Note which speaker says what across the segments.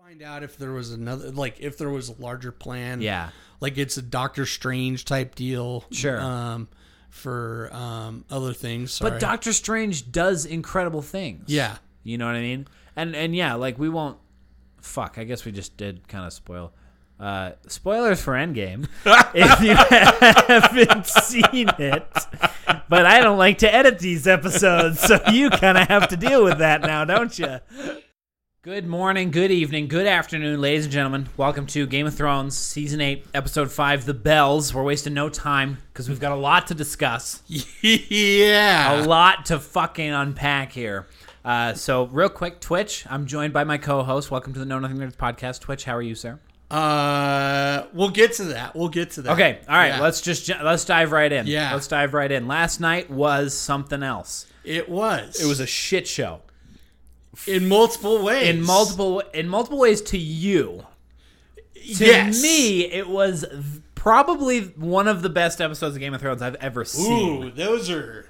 Speaker 1: find out if there was another, like if there was a larger plan.
Speaker 2: Yeah.
Speaker 1: like it's a Doctor Strange type deal.
Speaker 2: Sure.
Speaker 1: Um, for um other things. Sorry.
Speaker 2: But Doctor Strange does incredible things.
Speaker 1: Yeah.
Speaker 2: You know what I mean? And and yeah, like we won't fuck, I guess we just did kind of spoil uh, spoilers for Endgame if you haven't seen it. But I don't like to edit these episodes, so you kind of have to deal with that now, don't you? Good morning, good evening, good afternoon, ladies and gentlemen. Welcome to Game of Thrones Season 8, Episode 5, The Bells. We're wasting no time because we've got a lot to discuss a
Speaker 1: yeah.
Speaker 2: lot to fucking unpack here. Uh, so real quick, Twitch. I'm joined by my co-host. Welcome to the Know Nothing Nerds podcast. Twitch, how are you, sir?
Speaker 1: Uh, we'll get to that. We'll get to that.
Speaker 2: Oh. Okay, all right.
Speaker 1: Yeah.
Speaker 2: Let's just ju- let's dive right in.
Speaker 1: Yeah.
Speaker 2: let's dive right in. Last night was something else.
Speaker 1: It was.
Speaker 2: It was a shit show
Speaker 1: in multiple ways.
Speaker 2: in multiple in multiple ways to you. To
Speaker 1: Yes.
Speaker 2: me, it was th- probably one of the best episodes of Game of Thrones I've ever seen.
Speaker 1: Ooh, those are.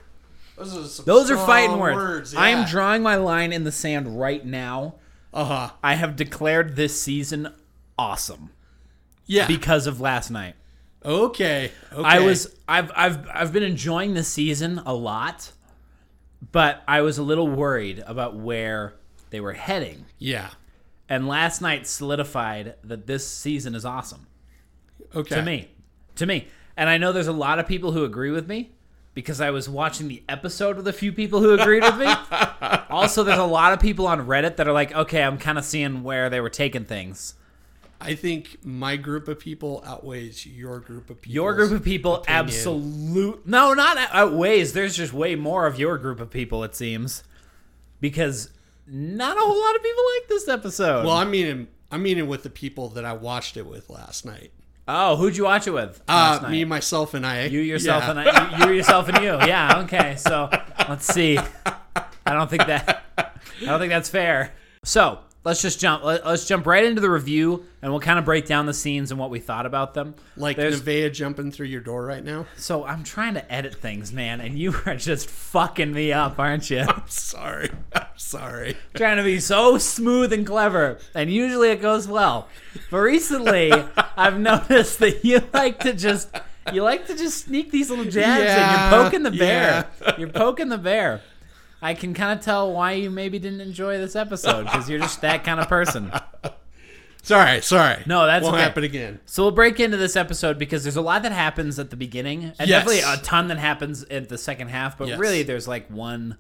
Speaker 1: Those are, some
Speaker 2: Those are
Speaker 1: strong
Speaker 2: fighting words. I am
Speaker 1: yeah.
Speaker 2: drawing my line in the sand right now.
Speaker 1: Uh-huh.
Speaker 2: I have declared this season awesome
Speaker 1: Yeah.
Speaker 2: because of last night.
Speaker 1: okay. Okay.
Speaker 2: I was I've I've I've been enjoying this season a lot, but I was a little worried about where they were heading.
Speaker 1: Yeah.
Speaker 2: And last night solidified that this season is awesome
Speaker 1: Okay.
Speaker 2: to me. To me. And I know there's a lot of people who agree with me because I was watching the episode with a few people who agreed with me. also, there's a lot of people on Reddit that are like, "Okay, I'm kind of seeing where they were taking things."
Speaker 1: I think my group of people outweighs your group of people.
Speaker 2: Your group of people, absolute. No, not outweighs. There's just way more of your group of people, it seems, because not a whole lot of people like this episode.
Speaker 1: Well, I mean, I mean, with the people that I watched it with last night.
Speaker 2: oh, who'd you watch it with?
Speaker 1: Uh,
Speaker 2: last night?
Speaker 1: me, myself, and I.
Speaker 2: you yourself,
Speaker 1: Yeah.
Speaker 2: and I, you, you yourself and you. Yeah. Okay. So let's see. I don't think that. I don't think that's fair. So let's just jump. Let, let's jump right into the review, and we'll kind of break down the scenes and what we thought about them.
Speaker 1: Like
Speaker 2: There's-
Speaker 1: Nevaeh jumping through your door right now.
Speaker 2: So I'm trying to edit things, man, and you are just fucking me up, aren't you?
Speaker 1: Sorry. I'm sorry.
Speaker 2: trying to be so smooth and clever, and usually it goes well. But recently, I've noticed that you like to just you like to just sneak these little jabs
Speaker 1: Yeah,
Speaker 2: in. You're poking the bear. You're poking the bear. I can kind of tell why you maybe didn't enjoy this episode because you're just that kind of person.
Speaker 1: Sorry. Sorry.
Speaker 2: No, that's
Speaker 1: won't
Speaker 2: okay.
Speaker 1: happen again.
Speaker 2: So we'll break into this episode because there's a lot that happens at the beginning, and
Speaker 1: Yes.
Speaker 2: definitely a ton that happens at the second half. But
Speaker 1: Yes.
Speaker 2: really, there's like one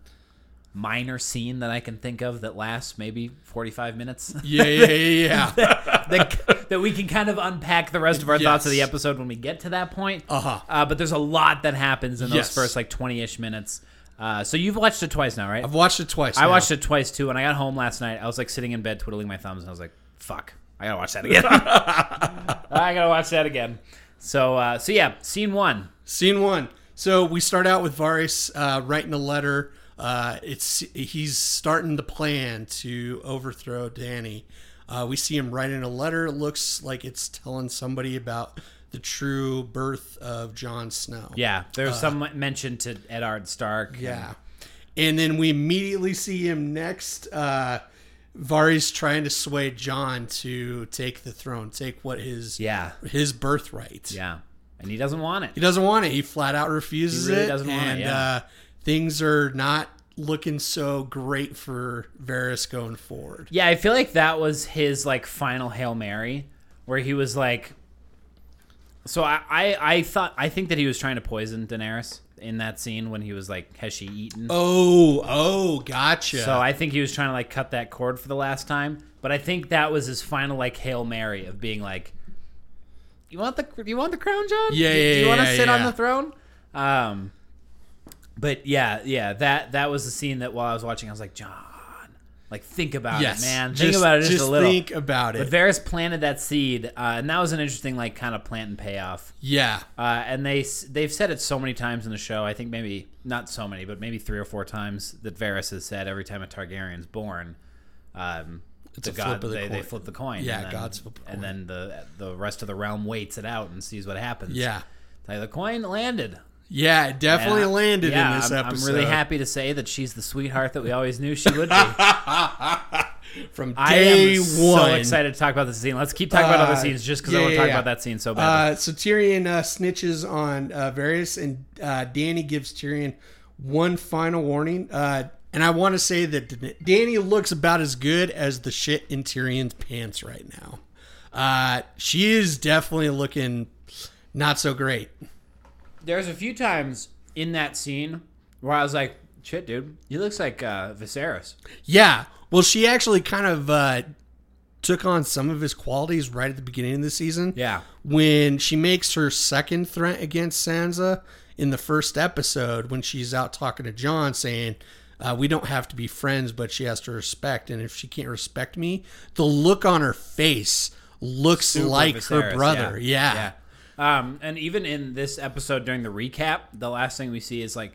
Speaker 2: minor scene that I can think of that lasts maybe 45 minutes.
Speaker 1: Yeah. Yeah. Yeah. yeah.
Speaker 2: that, that we can kind of unpack the rest of our thoughts of the
Speaker 1: Yes.
Speaker 2: episode when we get to that point.
Speaker 1: Uh-huh.
Speaker 2: Uh, But there's a lot that happens in those
Speaker 1: Yes.
Speaker 2: first like 20-ish minutes. Uh, so you've watched it twice now, right?
Speaker 1: I've watched it twice.
Speaker 2: I
Speaker 1: now.
Speaker 2: watched it twice too, and I got home last night. I was like sitting in bed twiddling my thumbs, and I was like, "Fuck, I gotta watch that again. I gotta watch that again." So, uh, so yeah, scene one.
Speaker 1: Scene one. So we start out with Varys uh, writing a letter. Uh, it's he's starting the plan to overthrow Danny. Uh, we see him writing a letter. It looks like it's telling somebody about the true birth of Jon Snow.
Speaker 2: Yeah, there was some mention to Eddard Stark.
Speaker 1: Uh. Yeah. And then we immediately see him next. Uh, Varys trying to sway John to take the throne, take what his
Speaker 2: yeah,
Speaker 1: his birthright.
Speaker 2: yeah, and he doesn't want it.
Speaker 1: He doesn't want it. He flat out refuses
Speaker 2: He really
Speaker 1: it.
Speaker 2: doesn't want it,
Speaker 1: and
Speaker 2: yeah.
Speaker 1: uh, things are not looking so great for Varys going forward.
Speaker 2: Yeah, I feel like that was his like final hail mary, where he was like. So I, I I thought I think that he was trying to poison Daenerys in that scene when he was like, "Has she eaten?"
Speaker 1: Oh, oh, gotcha.
Speaker 2: So I think he was trying to like cut that cord for the last time, but I think that was his final like hail mary of being like, "You want the you want the crown, John?
Speaker 1: Yeah,
Speaker 2: Do,
Speaker 1: yeah,
Speaker 2: do you want to
Speaker 1: yeah,
Speaker 2: sit on
Speaker 1: yeah.
Speaker 2: the throne?" Um, but yeah, yeah, that that was the scene that while I was watching, I was like, "John, like think about
Speaker 1: yes,
Speaker 2: it, man. think about it just, a little."
Speaker 1: Think about
Speaker 2: but
Speaker 1: it.
Speaker 2: Varys planted that seed, uh, and that was an interesting like kind of plant and payoff.
Speaker 1: yeah,
Speaker 2: Uh, and they s- they've said it so many times in the show. I think maybe not so many, but maybe three or four times that Varys has said every time a Targaryen's born, um, the
Speaker 1: a
Speaker 2: god
Speaker 1: flip of the
Speaker 2: they, they
Speaker 1: coin.
Speaker 2: flip the coin.
Speaker 1: Yeah,
Speaker 2: and then,
Speaker 1: gods flip the
Speaker 2: and then the the rest of the realm waits it out and sees what happens.
Speaker 1: yeah,
Speaker 2: Like, the coin landed.
Speaker 1: yeah. It
Speaker 2: And
Speaker 1: definitely
Speaker 2: I-
Speaker 1: landed
Speaker 2: yeah,
Speaker 1: in this
Speaker 2: I'm,
Speaker 1: episode.
Speaker 2: I'm really happy to say that she's the sweetheart that we always knew she would be.
Speaker 1: from
Speaker 2: I
Speaker 1: day
Speaker 2: am
Speaker 1: one.
Speaker 2: so excited to talk about this scene. Let's keep talking about other
Speaker 1: Uh,
Speaker 2: scenes just because
Speaker 1: yeah,
Speaker 2: I want to
Speaker 1: yeah,
Speaker 2: talk
Speaker 1: yeah.
Speaker 2: about that scene so bad.
Speaker 1: Uh, so Tyrion uh, snitches on uh, Varys, and uh, Danny gives Tyrion one final warning. Uh, and I want to say that Dan- Danny looks about as good as the shit in Tyrion's pants right now. Uh, she is definitely looking not so great.
Speaker 2: There's a few times in that scene where I was like, "Shit, dude, he looks like uh, Viserys."
Speaker 1: Yeah. Well, she actually kind of uh, took on some of his qualities right at the beginning of the season.
Speaker 2: Yeah,
Speaker 1: when she makes her second threat against Sansa in the first episode when she's out talking to John saying, uh, we don't have to be friends, but she has to respect. And if she can't respect me, the look on her face looks
Speaker 2: Super
Speaker 1: like
Speaker 2: Viserys,
Speaker 1: her brother. Yeah.
Speaker 2: yeah. Um, and even in this episode during the recap, the last thing we see is like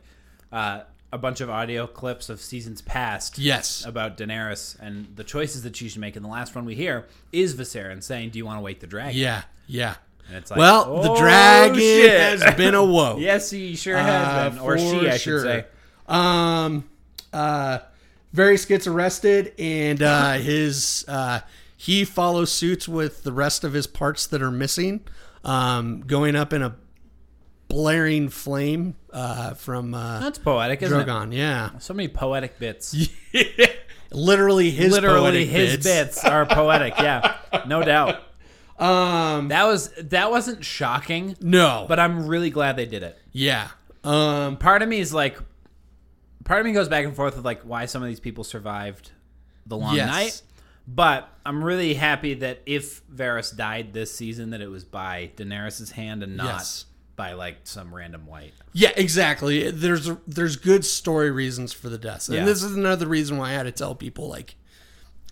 Speaker 2: uh, a bunch of audio clips of seasons past.
Speaker 1: Yes.
Speaker 2: About Daenerys and the choices that she should make. And the last one we hear is Viserys saying, "Do you want to wake the dragon?"
Speaker 1: Yeah. Yeah.
Speaker 2: And it's like,
Speaker 1: well, the
Speaker 2: "Oh,
Speaker 1: dragon
Speaker 2: shit."
Speaker 1: has been awoke.
Speaker 2: Yes, he sure
Speaker 1: Uh,
Speaker 2: has been, or
Speaker 1: for
Speaker 2: she, I
Speaker 1: sure.
Speaker 2: should say.
Speaker 1: Um, uh, Varys gets arrested, and uh, his uh, he follows suits with the rest of his parts that are missing, um, going up in a blaring flame uh, from uh,
Speaker 2: That's poetic, isn't it?
Speaker 1: Drogon. Yeah,
Speaker 2: So many poetic bits.
Speaker 1: literally his
Speaker 2: Literally,
Speaker 1: poetic
Speaker 2: his bits. are poetic. Yeah, no doubt.
Speaker 1: Um,
Speaker 2: That was that wasn't shocking,
Speaker 1: no, but
Speaker 2: but I'm really glad they did it.
Speaker 1: yeah. Um,
Speaker 2: Part of me is like, part of me goes back and forth with like why some of these people survived the long
Speaker 1: Yes.
Speaker 2: night. But I'm really happy that if Varys died this season, that it was by Daenerys' hand and not
Speaker 1: Yes.
Speaker 2: by like some random white.
Speaker 1: yeah, exactly. There's there's good story reasons for the deaths, and
Speaker 2: Yeah.
Speaker 1: this is another reason why I had to tell people like,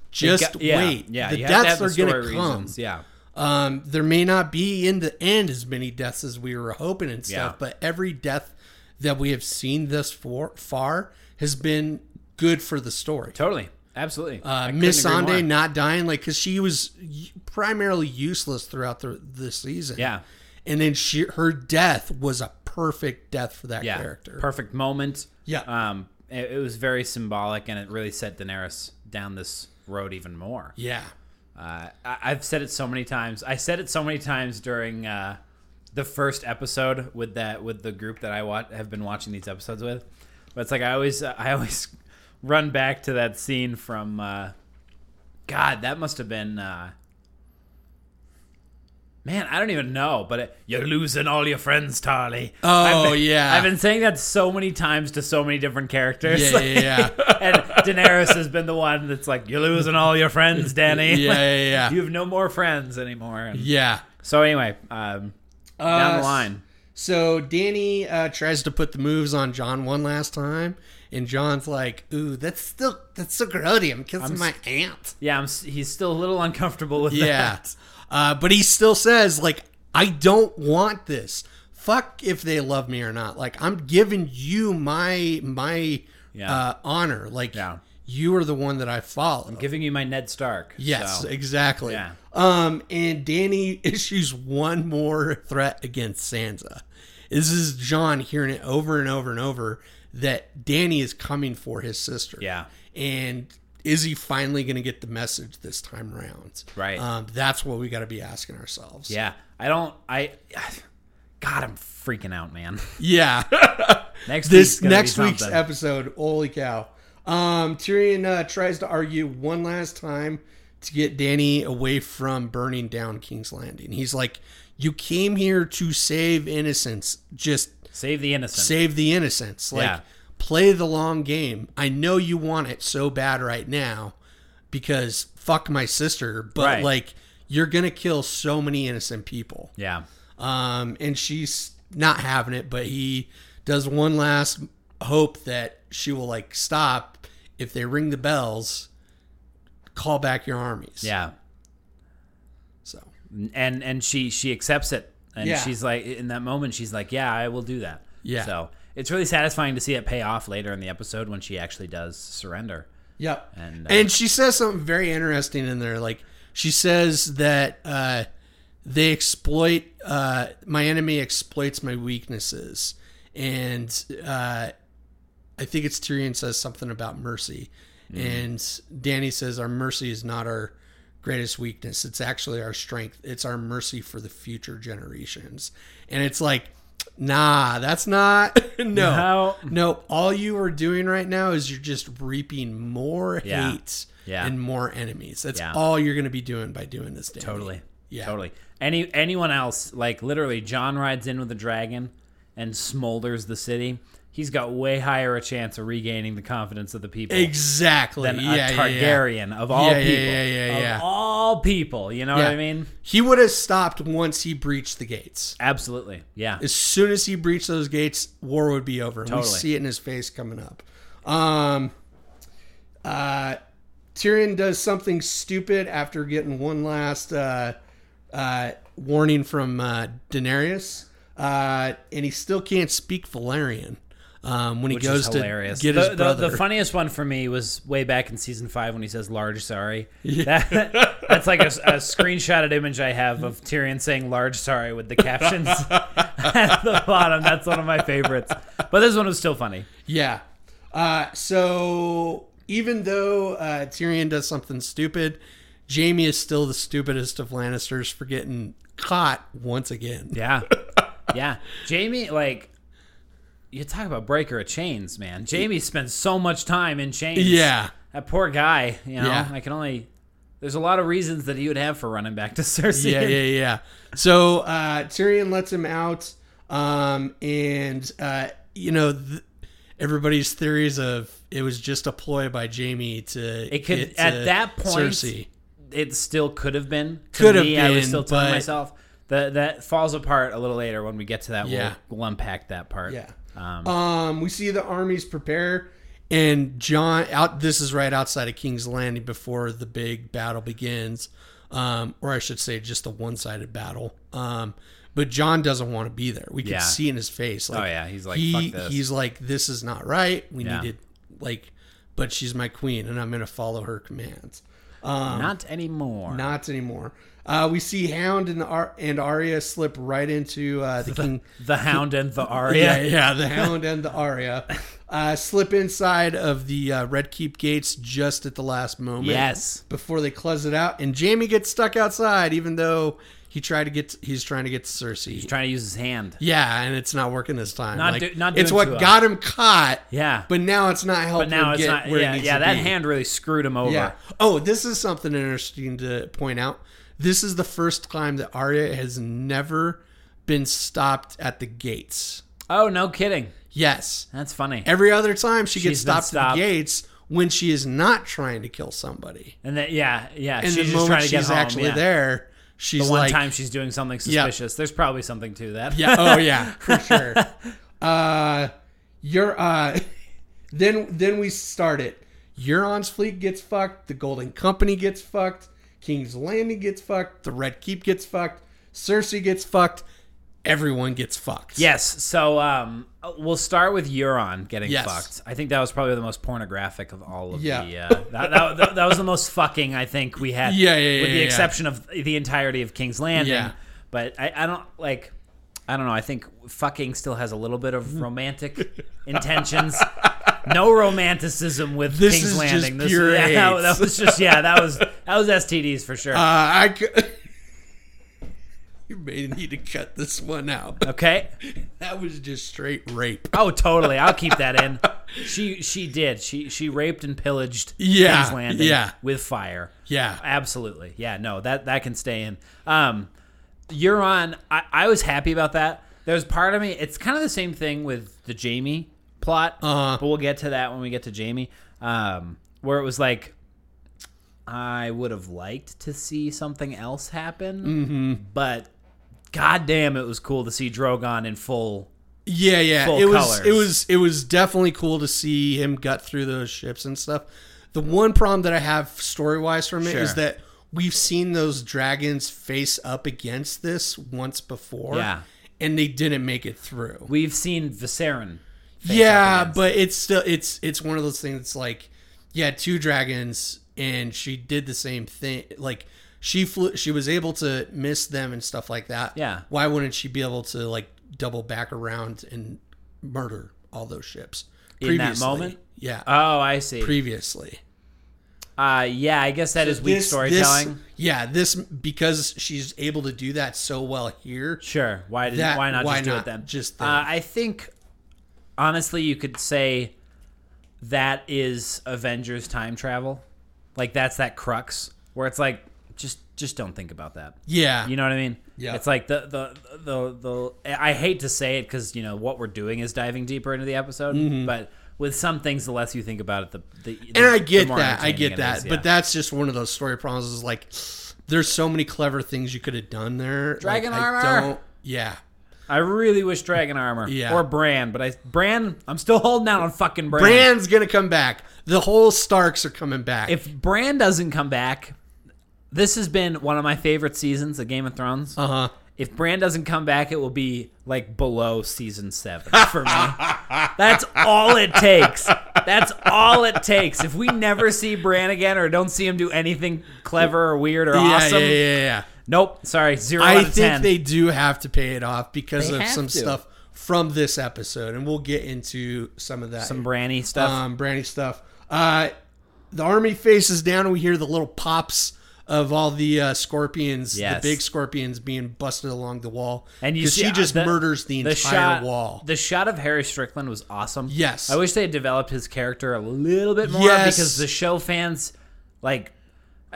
Speaker 1: just
Speaker 2: Ga- yeah,
Speaker 1: wait.
Speaker 2: Yeah,
Speaker 1: the
Speaker 2: you have to
Speaker 1: deaths
Speaker 2: have the
Speaker 1: are gonna
Speaker 2: story
Speaker 1: come.
Speaker 2: reasons. Yeah.
Speaker 1: Um, there may not be in the end as many deaths as we were hoping and stuff,
Speaker 2: Yeah.
Speaker 1: but every death that we have seen thus for, far has been good for the story.
Speaker 2: Totally. Absolutely.
Speaker 1: Uh,
Speaker 2: I couldn't
Speaker 1: Miss
Speaker 2: agree more.
Speaker 1: Sande not dying, like, because she was y- primarily useless throughout the, the season.
Speaker 2: Yeah.
Speaker 1: And then she, her death was a perfect death for that
Speaker 2: yeah.
Speaker 1: character.
Speaker 2: Perfect moment.
Speaker 1: Yeah.
Speaker 2: Um, it, it was very symbolic, and it really set Daenerys down this road even more.
Speaker 1: yeah.
Speaker 2: Uh, I, I've said it so many times. I said it so many times during uh, the first episode with that with the group that I wa- have been watching these episodes with. But it's like I always uh, I always run back to that scene from uh, God. That must have been. Uh, Man, I don't even know, but it, you're losing all your friends, Tarly.
Speaker 1: Oh, yeah.
Speaker 2: I've been saying that so many times to so many different characters.
Speaker 1: Yeah, yeah, yeah.
Speaker 2: and Daenerys has been the one that's like, "You're losing all your friends, Danny.
Speaker 1: Yeah, yeah,
Speaker 2: you
Speaker 1: yeah.
Speaker 2: have no more friends anymore." And
Speaker 1: yeah.
Speaker 2: so anyway, um, down
Speaker 1: Uh,
Speaker 2: the line,
Speaker 1: So Danny uh, tries to put the moves on John one last time, and John's like, "Ooh, that's still that's so grody. I'm kissing my aunt."
Speaker 2: yeah, I'm, s- he's still a little uncomfortable with
Speaker 1: Yeah,
Speaker 2: that.
Speaker 1: uh, but he still says like, "I don't want this. Fuck if they love me or not. Like I'm giving you my my
Speaker 2: Yeah.
Speaker 1: uh, honor. Like
Speaker 2: Yeah.
Speaker 1: you are the one that I follow."
Speaker 2: Giving you my Ned Stark.
Speaker 1: Yes,
Speaker 2: so-
Speaker 1: exactly.
Speaker 2: yeah.
Speaker 1: Um, and Danny issues one more threat against Sansa. This is John hearing it over and over and over that Danny is coming for his sister.
Speaker 2: Yeah.
Speaker 1: And is he finally going to get the message this time around?
Speaker 2: Right.
Speaker 1: Um, that's what we got to be asking ourselves.
Speaker 2: yeah. I don't. I. God, I'm freaking out, man.
Speaker 1: Yeah.
Speaker 2: Next
Speaker 1: this
Speaker 2: week's gonna be
Speaker 1: next week's
Speaker 2: something.
Speaker 1: episode. Holy cow! Um, Tyrion uh, tries to argue one last time to get Danny away from burning down King's Landing. He's like, "You came here to save innocence. Just
Speaker 2: Save the innocent.
Speaker 1: save the innocence. Like,
Speaker 2: Yeah.
Speaker 1: play the long game. I know you want it so bad right now because fuck my sister, but
Speaker 2: Right.
Speaker 1: like." You're gonna kill so many innocent people
Speaker 2: yeah.
Speaker 1: um, and she's not having it. But he does one last hope that she will like stop if they ring the bells. Call back your armies.
Speaker 2: Yeah.
Speaker 1: So
Speaker 2: and and she she accepts it and
Speaker 1: Yeah.
Speaker 2: she's like in that moment she's like yeah i will do that
Speaker 1: Yeah.
Speaker 2: so it's really satisfying to see it pay off later in the episode when she actually does surrender
Speaker 1: yep.
Speaker 2: and, uh,
Speaker 1: And she says something very interesting in there. Like she says that uh, they exploit uh, my enemy exploits my weaknesses, and uh, I think it's Tyrion says something about mercy, And Danny says, Our mercy is not our greatest weakness. It's actually our strength. It's our mercy for the future generations. And it's like, nah, that's not. no.
Speaker 2: How-
Speaker 1: No. All you are doing right now is you're just reaping more
Speaker 2: Yeah.
Speaker 1: hate
Speaker 2: Yeah.
Speaker 1: and more enemies. That's
Speaker 2: Yeah.
Speaker 1: all you're going to be doing by doing this, Danny.
Speaker 2: Totally.
Speaker 1: Yeah.
Speaker 2: Totally. Any anyone else, like literally John rides in with a dragon and smolders the city, he's got way higher a chance of regaining the confidence of the people
Speaker 1: Exactly.
Speaker 2: than
Speaker 1: yeah,
Speaker 2: a
Speaker 1: yeah, yeah.
Speaker 2: Targaryen of all
Speaker 1: Yeah, yeah,
Speaker 2: people.
Speaker 1: yeah, yeah,
Speaker 2: of
Speaker 1: yeah.
Speaker 2: all people. You know what I
Speaker 1: Yeah.
Speaker 2: mean?
Speaker 1: He would have stopped once he breached the gates.
Speaker 2: Absolutely. Yeah.
Speaker 1: As soon as he breached those gates, war would be over. We
Speaker 2: Totally.
Speaker 1: see it in his face coming up. Um, uh, Tyrion does something stupid after getting one last uh, uh, warning from uh, Daenerys, uh, and he still can't speak Valerian um, when he
Speaker 2: Which
Speaker 1: goes
Speaker 2: is
Speaker 1: to
Speaker 2: hilarious.
Speaker 1: get
Speaker 2: the,
Speaker 1: his
Speaker 2: the-
Speaker 1: brother.
Speaker 2: the funniest one for me was way back in season five when he says "large sorry." That, that's like a, a screenshotted image I have of Tyrion saying "large sorry" with the captions at the bottom. That's one of my favorites. But this one was still funny.
Speaker 1: Yeah. Uh, so even though uh, Tyrion does something stupid, Jamie is still the stupidest of Lannisters for getting caught once again.
Speaker 2: Yeah, yeah. Jamie, like you talk about breaker of chains, man. Jamie spends so much time in chains.
Speaker 1: Yeah.
Speaker 2: that poor guy. You know,
Speaker 1: Yeah.
Speaker 2: I can only. There's a lot of reasons that he would have for running back to Cersei.
Speaker 1: Yeah, yeah, yeah. So uh, Tyrion lets him out, um, and uh, you know th- everybody's theories of it was just a ploy by Jamie to
Speaker 2: It could-
Speaker 1: get
Speaker 2: at
Speaker 1: to
Speaker 2: that point,
Speaker 1: Cersei.
Speaker 2: it still could have been. To
Speaker 1: Could have
Speaker 2: me, I was
Speaker 1: been,
Speaker 2: still telling
Speaker 1: but-
Speaker 2: myself that that falls apart a little later when we get to that.
Speaker 1: Yeah.
Speaker 2: We'll, we'll unpack that part.
Speaker 1: Yeah. Um, we see the armies prepare, and John out. This is right outside of King's Landing before the big battle begins, um, or I should say, just a one-sided battle. Um, but John doesn't want to be there. We can
Speaker 2: Yeah.
Speaker 1: see in his face. Like,
Speaker 2: Oh, yeah. He's like,
Speaker 1: he,
Speaker 2: "Fuck this."
Speaker 1: he's like, this is not right. We need
Speaker 2: Yeah.
Speaker 1: needed like, but she's my queen, and I'm gonna follow her commands.
Speaker 2: Not anymore.
Speaker 1: Um, Not anymore. Uh, we see Hound and Ar- and Arya slip right into uh, the king.
Speaker 2: the Hound and the
Speaker 1: Yeah,
Speaker 2: Arya.
Speaker 1: yeah, the Hound and the Arya uh, slip inside of the uh, Red Keep gates just at the last moment.
Speaker 2: Yes.
Speaker 1: before they close it out, and Jamie gets stuck outside, even though he tried to get. he's trying to get to Cersei.
Speaker 2: Trying to use his hand.
Speaker 1: Yeah, and it's not working this time.
Speaker 2: Not
Speaker 1: Like,
Speaker 2: do- not
Speaker 1: it's
Speaker 2: doing
Speaker 1: what
Speaker 2: too well.
Speaker 1: got him caught,
Speaker 2: Yeah.
Speaker 1: but now it's not helping.
Speaker 2: But now
Speaker 1: him
Speaker 2: it's
Speaker 1: get
Speaker 2: not.
Speaker 1: Where he
Speaker 2: Yeah,
Speaker 1: needs
Speaker 2: yeah
Speaker 1: to
Speaker 2: that
Speaker 1: be.
Speaker 2: hand really screwed him over.
Speaker 1: Yeah. Oh, this is something interesting to point out. This is the first time that Arya has never been stopped at the gates.
Speaker 2: Oh, no kidding.
Speaker 1: Yes.
Speaker 2: That's funny.
Speaker 1: Every other time she gets
Speaker 2: She's been
Speaker 1: stopped, at
Speaker 2: stopped.
Speaker 1: the gates when she is not trying to kill somebody.
Speaker 2: and that, yeah, yeah.
Speaker 1: And
Speaker 2: she's
Speaker 1: the
Speaker 2: just
Speaker 1: moment
Speaker 2: trying to get
Speaker 1: she's
Speaker 2: home,
Speaker 1: actually
Speaker 2: yeah.
Speaker 1: there, she's
Speaker 2: One
Speaker 1: like,
Speaker 2: time she's doing something suspicious. There's probably something to that.
Speaker 1: yeah, oh yeah, for sure. Uh, your uh, then then we start it. Euron's fleet gets fucked. The Golden Company gets fucked. King's Landing gets fucked. The Red Keep gets fucked. Cersei gets fucked. Everyone gets fucked.
Speaker 2: Yes. So um, we'll start with Euron getting
Speaker 1: Yes.
Speaker 2: fucked. I think that was probably the most pornographic of all of
Speaker 1: Yeah.
Speaker 2: the. Uh, that, that, that, that was the most fucking I think we had.
Speaker 1: Yeah, yeah, yeah,
Speaker 2: With the
Speaker 1: yeah, yeah.
Speaker 2: exception of the entirety of King's Landing.
Speaker 1: Yeah.
Speaker 2: But I, I don't like. I don't know. I think fucking still has a little bit
Speaker 1: Mm-hmm.
Speaker 2: of romantic intentions. No romanticism with
Speaker 1: This
Speaker 2: King's
Speaker 1: is just
Speaker 2: Landing.
Speaker 1: pure
Speaker 2: yeah, that,
Speaker 1: AIDS.
Speaker 2: that was just yeah. That was that was STDs for sure.
Speaker 1: Uh, I could. you may need to cut this one out.
Speaker 2: okay.
Speaker 1: That was just straight rape.
Speaker 2: Oh, totally. I'll keep that in. She she did. She she raped and pillaged
Speaker 1: Yeah,
Speaker 2: King's Landing
Speaker 1: yeah.
Speaker 2: with fire.
Speaker 1: Yeah.
Speaker 2: Absolutely. Yeah, no, that that can stay in. Um Euron, I, I was happy about that. There's part of me it's kind of the same thing with the Jamie plot.
Speaker 1: Uh-huh.
Speaker 2: But we'll get to that when we get to Jamie. Um where it was like I would have liked to see something else happen,
Speaker 1: Mm-hmm.
Speaker 2: but goddamn, it was cool to see Drogon in full
Speaker 1: Yeah, yeah.
Speaker 2: full
Speaker 1: it was
Speaker 2: colours.
Speaker 1: it was it was definitely cool to see him gut through those ships and stuff. The one problem that I have story wise from it is
Speaker 2: Sure.
Speaker 1: that we've seen those dragons face up against this once before.
Speaker 2: Yeah.
Speaker 1: And they didn't make it through.
Speaker 2: We've seen Viserin.
Speaker 1: yeah, but it's still it's it's one of those things that's like, yeah, two dragons and she did the same thing. Like she flew she was able to miss them and stuff like that.
Speaker 2: Yeah.
Speaker 1: Why wouldn't she be able to like double back around and murder all those ships?
Speaker 2: In that moment?
Speaker 1: Yeah.
Speaker 2: Oh, I see.
Speaker 1: previously.
Speaker 2: Uh, yeah, I guess that is weak
Speaker 1: This-
Speaker 2: storytelling.
Speaker 1: This, yeah, this because she's able to do that so well here.
Speaker 2: Sure. Why did
Speaker 1: That-
Speaker 2: why not
Speaker 1: why
Speaker 2: just do
Speaker 1: not
Speaker 2: it then?
Speaker 1: just then?
Speaker 2: uh, I think honestly you could say that is Avengers time travel. Like that's that crux where it's like just just don't think about that.
Speaker 1: Yeah,
Speaker 2: You know what I mean?
Speaker 1: Yeah.
Speaker 2: It's like the the the the I hate to say it cuz you know what we're doing is diving deeper into the episode, but with some things the less you think about it the, the
Speaker 1: Mm-hmm. and I
Speaker 2: the
Speaker 1: get
Speaker 2: more
Speaker 1: that. I
Speaker 2: entertaining
Speaker 1: get
Speaker 2: it
Speaker 1: that.
Speaker 2: is, yeah.
Speaker 1: But that's just one of those story problems. Is like, there's so many clever things you could have done there.
Speaker 2: Dragon
Speaker 1: like,
Speaker 2: armor!
Speaker 1: I don't, yeah,
Speaker 2: I really wish Dragon Armor
Speaker 1: Yeah.
Speaker 2: or Bran, but I Bran I'm still holding out on fucking Bran.
Speaker 1: Bran's gonna come back. The whole Starks are coming back.
Speaker 2: if Bran doesn't come back, this has been one of my favorite seasons of Game of Thrones.
Speaker 1: uh huh.
Speaker 2: If Bran doesn't come back, it will be like below season seven for me. That's all it takes. That's all it takes. If we never see Bran again or don't see him do anything clever or weird or
Speaker 1: Yeah,
Speaker 2: awesome,
Speaker 1: yeah, yeah, yeah.
Speaker 2: nope. Sorry, zero
Speaker 1: I
Speaker 2: out
Speaker 1: think
Speaker 2: of ten.
Speaker 1: they do have to pay it off because
Speaker 2: They
Speaker 1: of
Speaker 2: have
Speaker 1: some
Speaker 2: to.
Speaker 1: stuff from this episode, and we'll get into some of that.
Speaker 2: Some Branny stuff.
Speaker 1: um, Brandy stuff. Uh, the army faces down, and we hear the little pops of all the uh, scorpions,
Speaker 2: Yes.
Speaker 1: the big scorpions being busted along the wall.
Speaker 2: And you
Speaker 1: 'Cause
Speaker 2: see,
Speaker 1: she just
Speaker 2: uh, the-
Speaker 1: murders the,
Speaker 2: the
Speaker 1: entire
Speaker 2: shot,
Speaker 1: wall.
Speaker 2: The shot of Harry Strickland was awesome.
Speaker 1: Yes.
Speaker 2: I wish they had developed his character a little bit more
Speaker 1: Yes.
Speaker 2: because the show fans, like,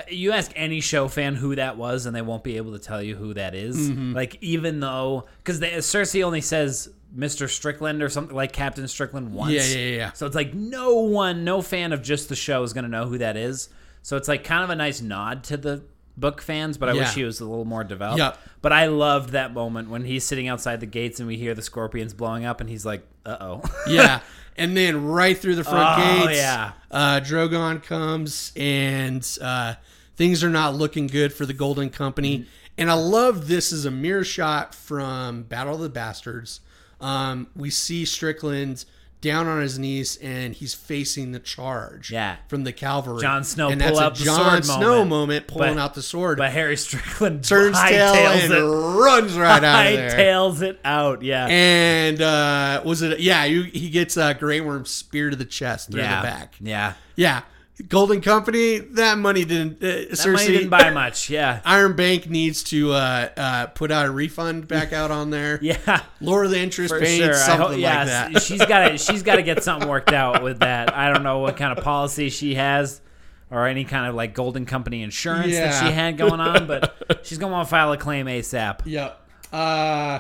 Speaker 2: you ask any show fan who that was, and they won't be able to tell you who that is.
Speaker 1: Mm-hmm.
Speaker 2: Like, even though, because Cersei only says Mr. Strickland or something like Captain Strickland once.
Speaker 1: Yeah, yeah, yeah, yeah.
Speaker 2: So it's like no one, no fan of just the show is going to know who that is. So it's like kind of a nice nod to the book fans, but I
Speaker 1: Yeah.
Speaker 2: wish he was a little more developed.
Speaker 1: Yep.
Speaker 2: But I loved that moment when he's sitting outside the gates and we hear the scorpions blowing up, and he's like, "Uh oh."
Speaker 1: yeah. And then right through the front
Speaker 2: Oh,
Speaker 1: gates,
Speaker 2: yeah.
Speaker 1: uh, Drogon comes, and uh, things are not looking good for the Golden
Speaker 2: Mm.
Speaker 1: Company. And I love this is a mirror shot from Battle of the Bastards. Um, we see Strickland down on his knees, and he's facing the charge
Speaker 2: Yeah.
Speaker 1: from the cavalry.
Speaker 2: Jon Snow
Speaker 1: and
Speaker 2: pull
Speaker 1: that's
Speaker 2: up
Speaker 1: a
Speaker 2: the
Speaker 1: Jon
Speaker 2: sword
Speaker 1: Snow
Speaker 2: moment.
Speaker 1: moment, pulling
Speaker 2: But-
Speaker 1: out the sword,
Speaker 2: But Harry Strickland
Speaker 1: turns tail and
Speaker 2: hightails it,
Speaker 1: runs right out of there.
Speaker 2: hightails it out. Yeah,
Speaker 1: And uh, was it? Yeah, you, he gets a Grey Worm spear to the chest through
Speaker 2: yeah,
Speaker 1: the back.
Speaker 2: yeah.
Speaker 1: Yeah, Golden Company. That money didn't. Uh,
Speaker 2: That money
Speaker 1: Cersei
Speaker 2: didn't buy much. Yeah,
Speaker 1: Iron Bank needs to uh, uh, put out a refund back out on there.
Speaker 2: yeah.
Speaker 1: lower the interest
Speaker 2: For
Speaker 1: paid,
Speaker 2: sure. I
Speaker 1: something
Speaker 2: hope,
Speaker 1: like
Speaker 2: yeah,
Speaker 1: that.
Speaker 2: s- she's got to she's got to get something worked out with that. I don't know what kind of policy she has or any kind of like Golden Company insurance that
Speaker 1: Yeah.
Speaker 2: she had going on, but she's going to want to file a claim ASAP.
Speaker 1: Yep. Uh,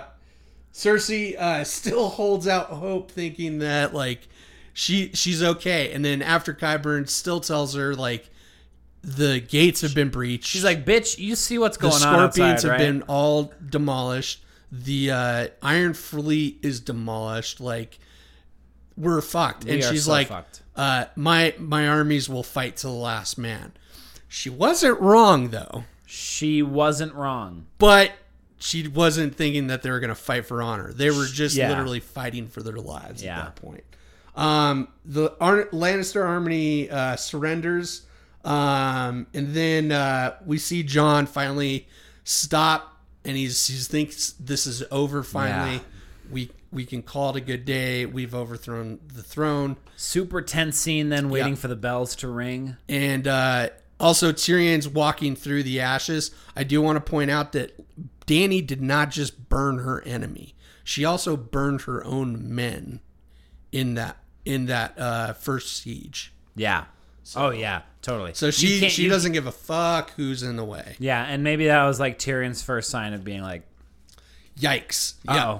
Speaker 1: Cersei uh, still holds out hope, thinking that like she she's okay. And then after Kyburn still tells her like the gates have been breached.
Speaker 2: She's like, "Bitch, you see what's
Speaker 1: the
Speaker 2: going on
Speaker 1: scorpions
Speaker 2: outside,
Speaker 1: have
Speaker 2: right?"
Speaker 1: been all demolished the uh, iron fleet is demolished like we're fucked and
Speaker 2: We are
Speaker 1: she's
Speaker 2: so
Speaker 1: like
Speaker 2: fucked.
Speaker 1: Uh, my my armies will fight to the last man she wasn't wrong though
Speaker 2: she wasn't wrong.
Speaker 1: but she wasn't thinking that they were going to fight for honor they were just
Speaker 2: yeah.
Speaker 1: literally fighting for their lives
Speaker 2: Yeah.
Speaker 1: at that point um, the Ar- lannister army uh, surrenders um, and then uh, we see john finally stop and he's he thinks this is over finally
Speaker 2: Yeah.
Speaker 1: we we can call it a good day we've overthrown the throne
Speaker 2: Super tense scene then waiting
Speaker 1: Yeah.
Speaker 2: for the bells to ring.
Speaker 1: and uh, also Tyrion's walking through the ashes. I do want to point out that Danny did not just burn her enemy; she also burned her own men in that in that uh, first siege.
Speaker 2: Yeah. oh yeah, totally.
Speaker 1: So
Speaker 2: You
Speaker 1: she
Speaker 2: can't-
Speaker 1: she
Speaker 2: you-
Speaker 1: doesn't give a fuck who's in the way.
Speaker 2: Yeah, and maybe that was like Tyrion's first sign of being like,
Speaker 1: Yikes!
Speaker 2: "Oh,
Speaker 1: Yeah.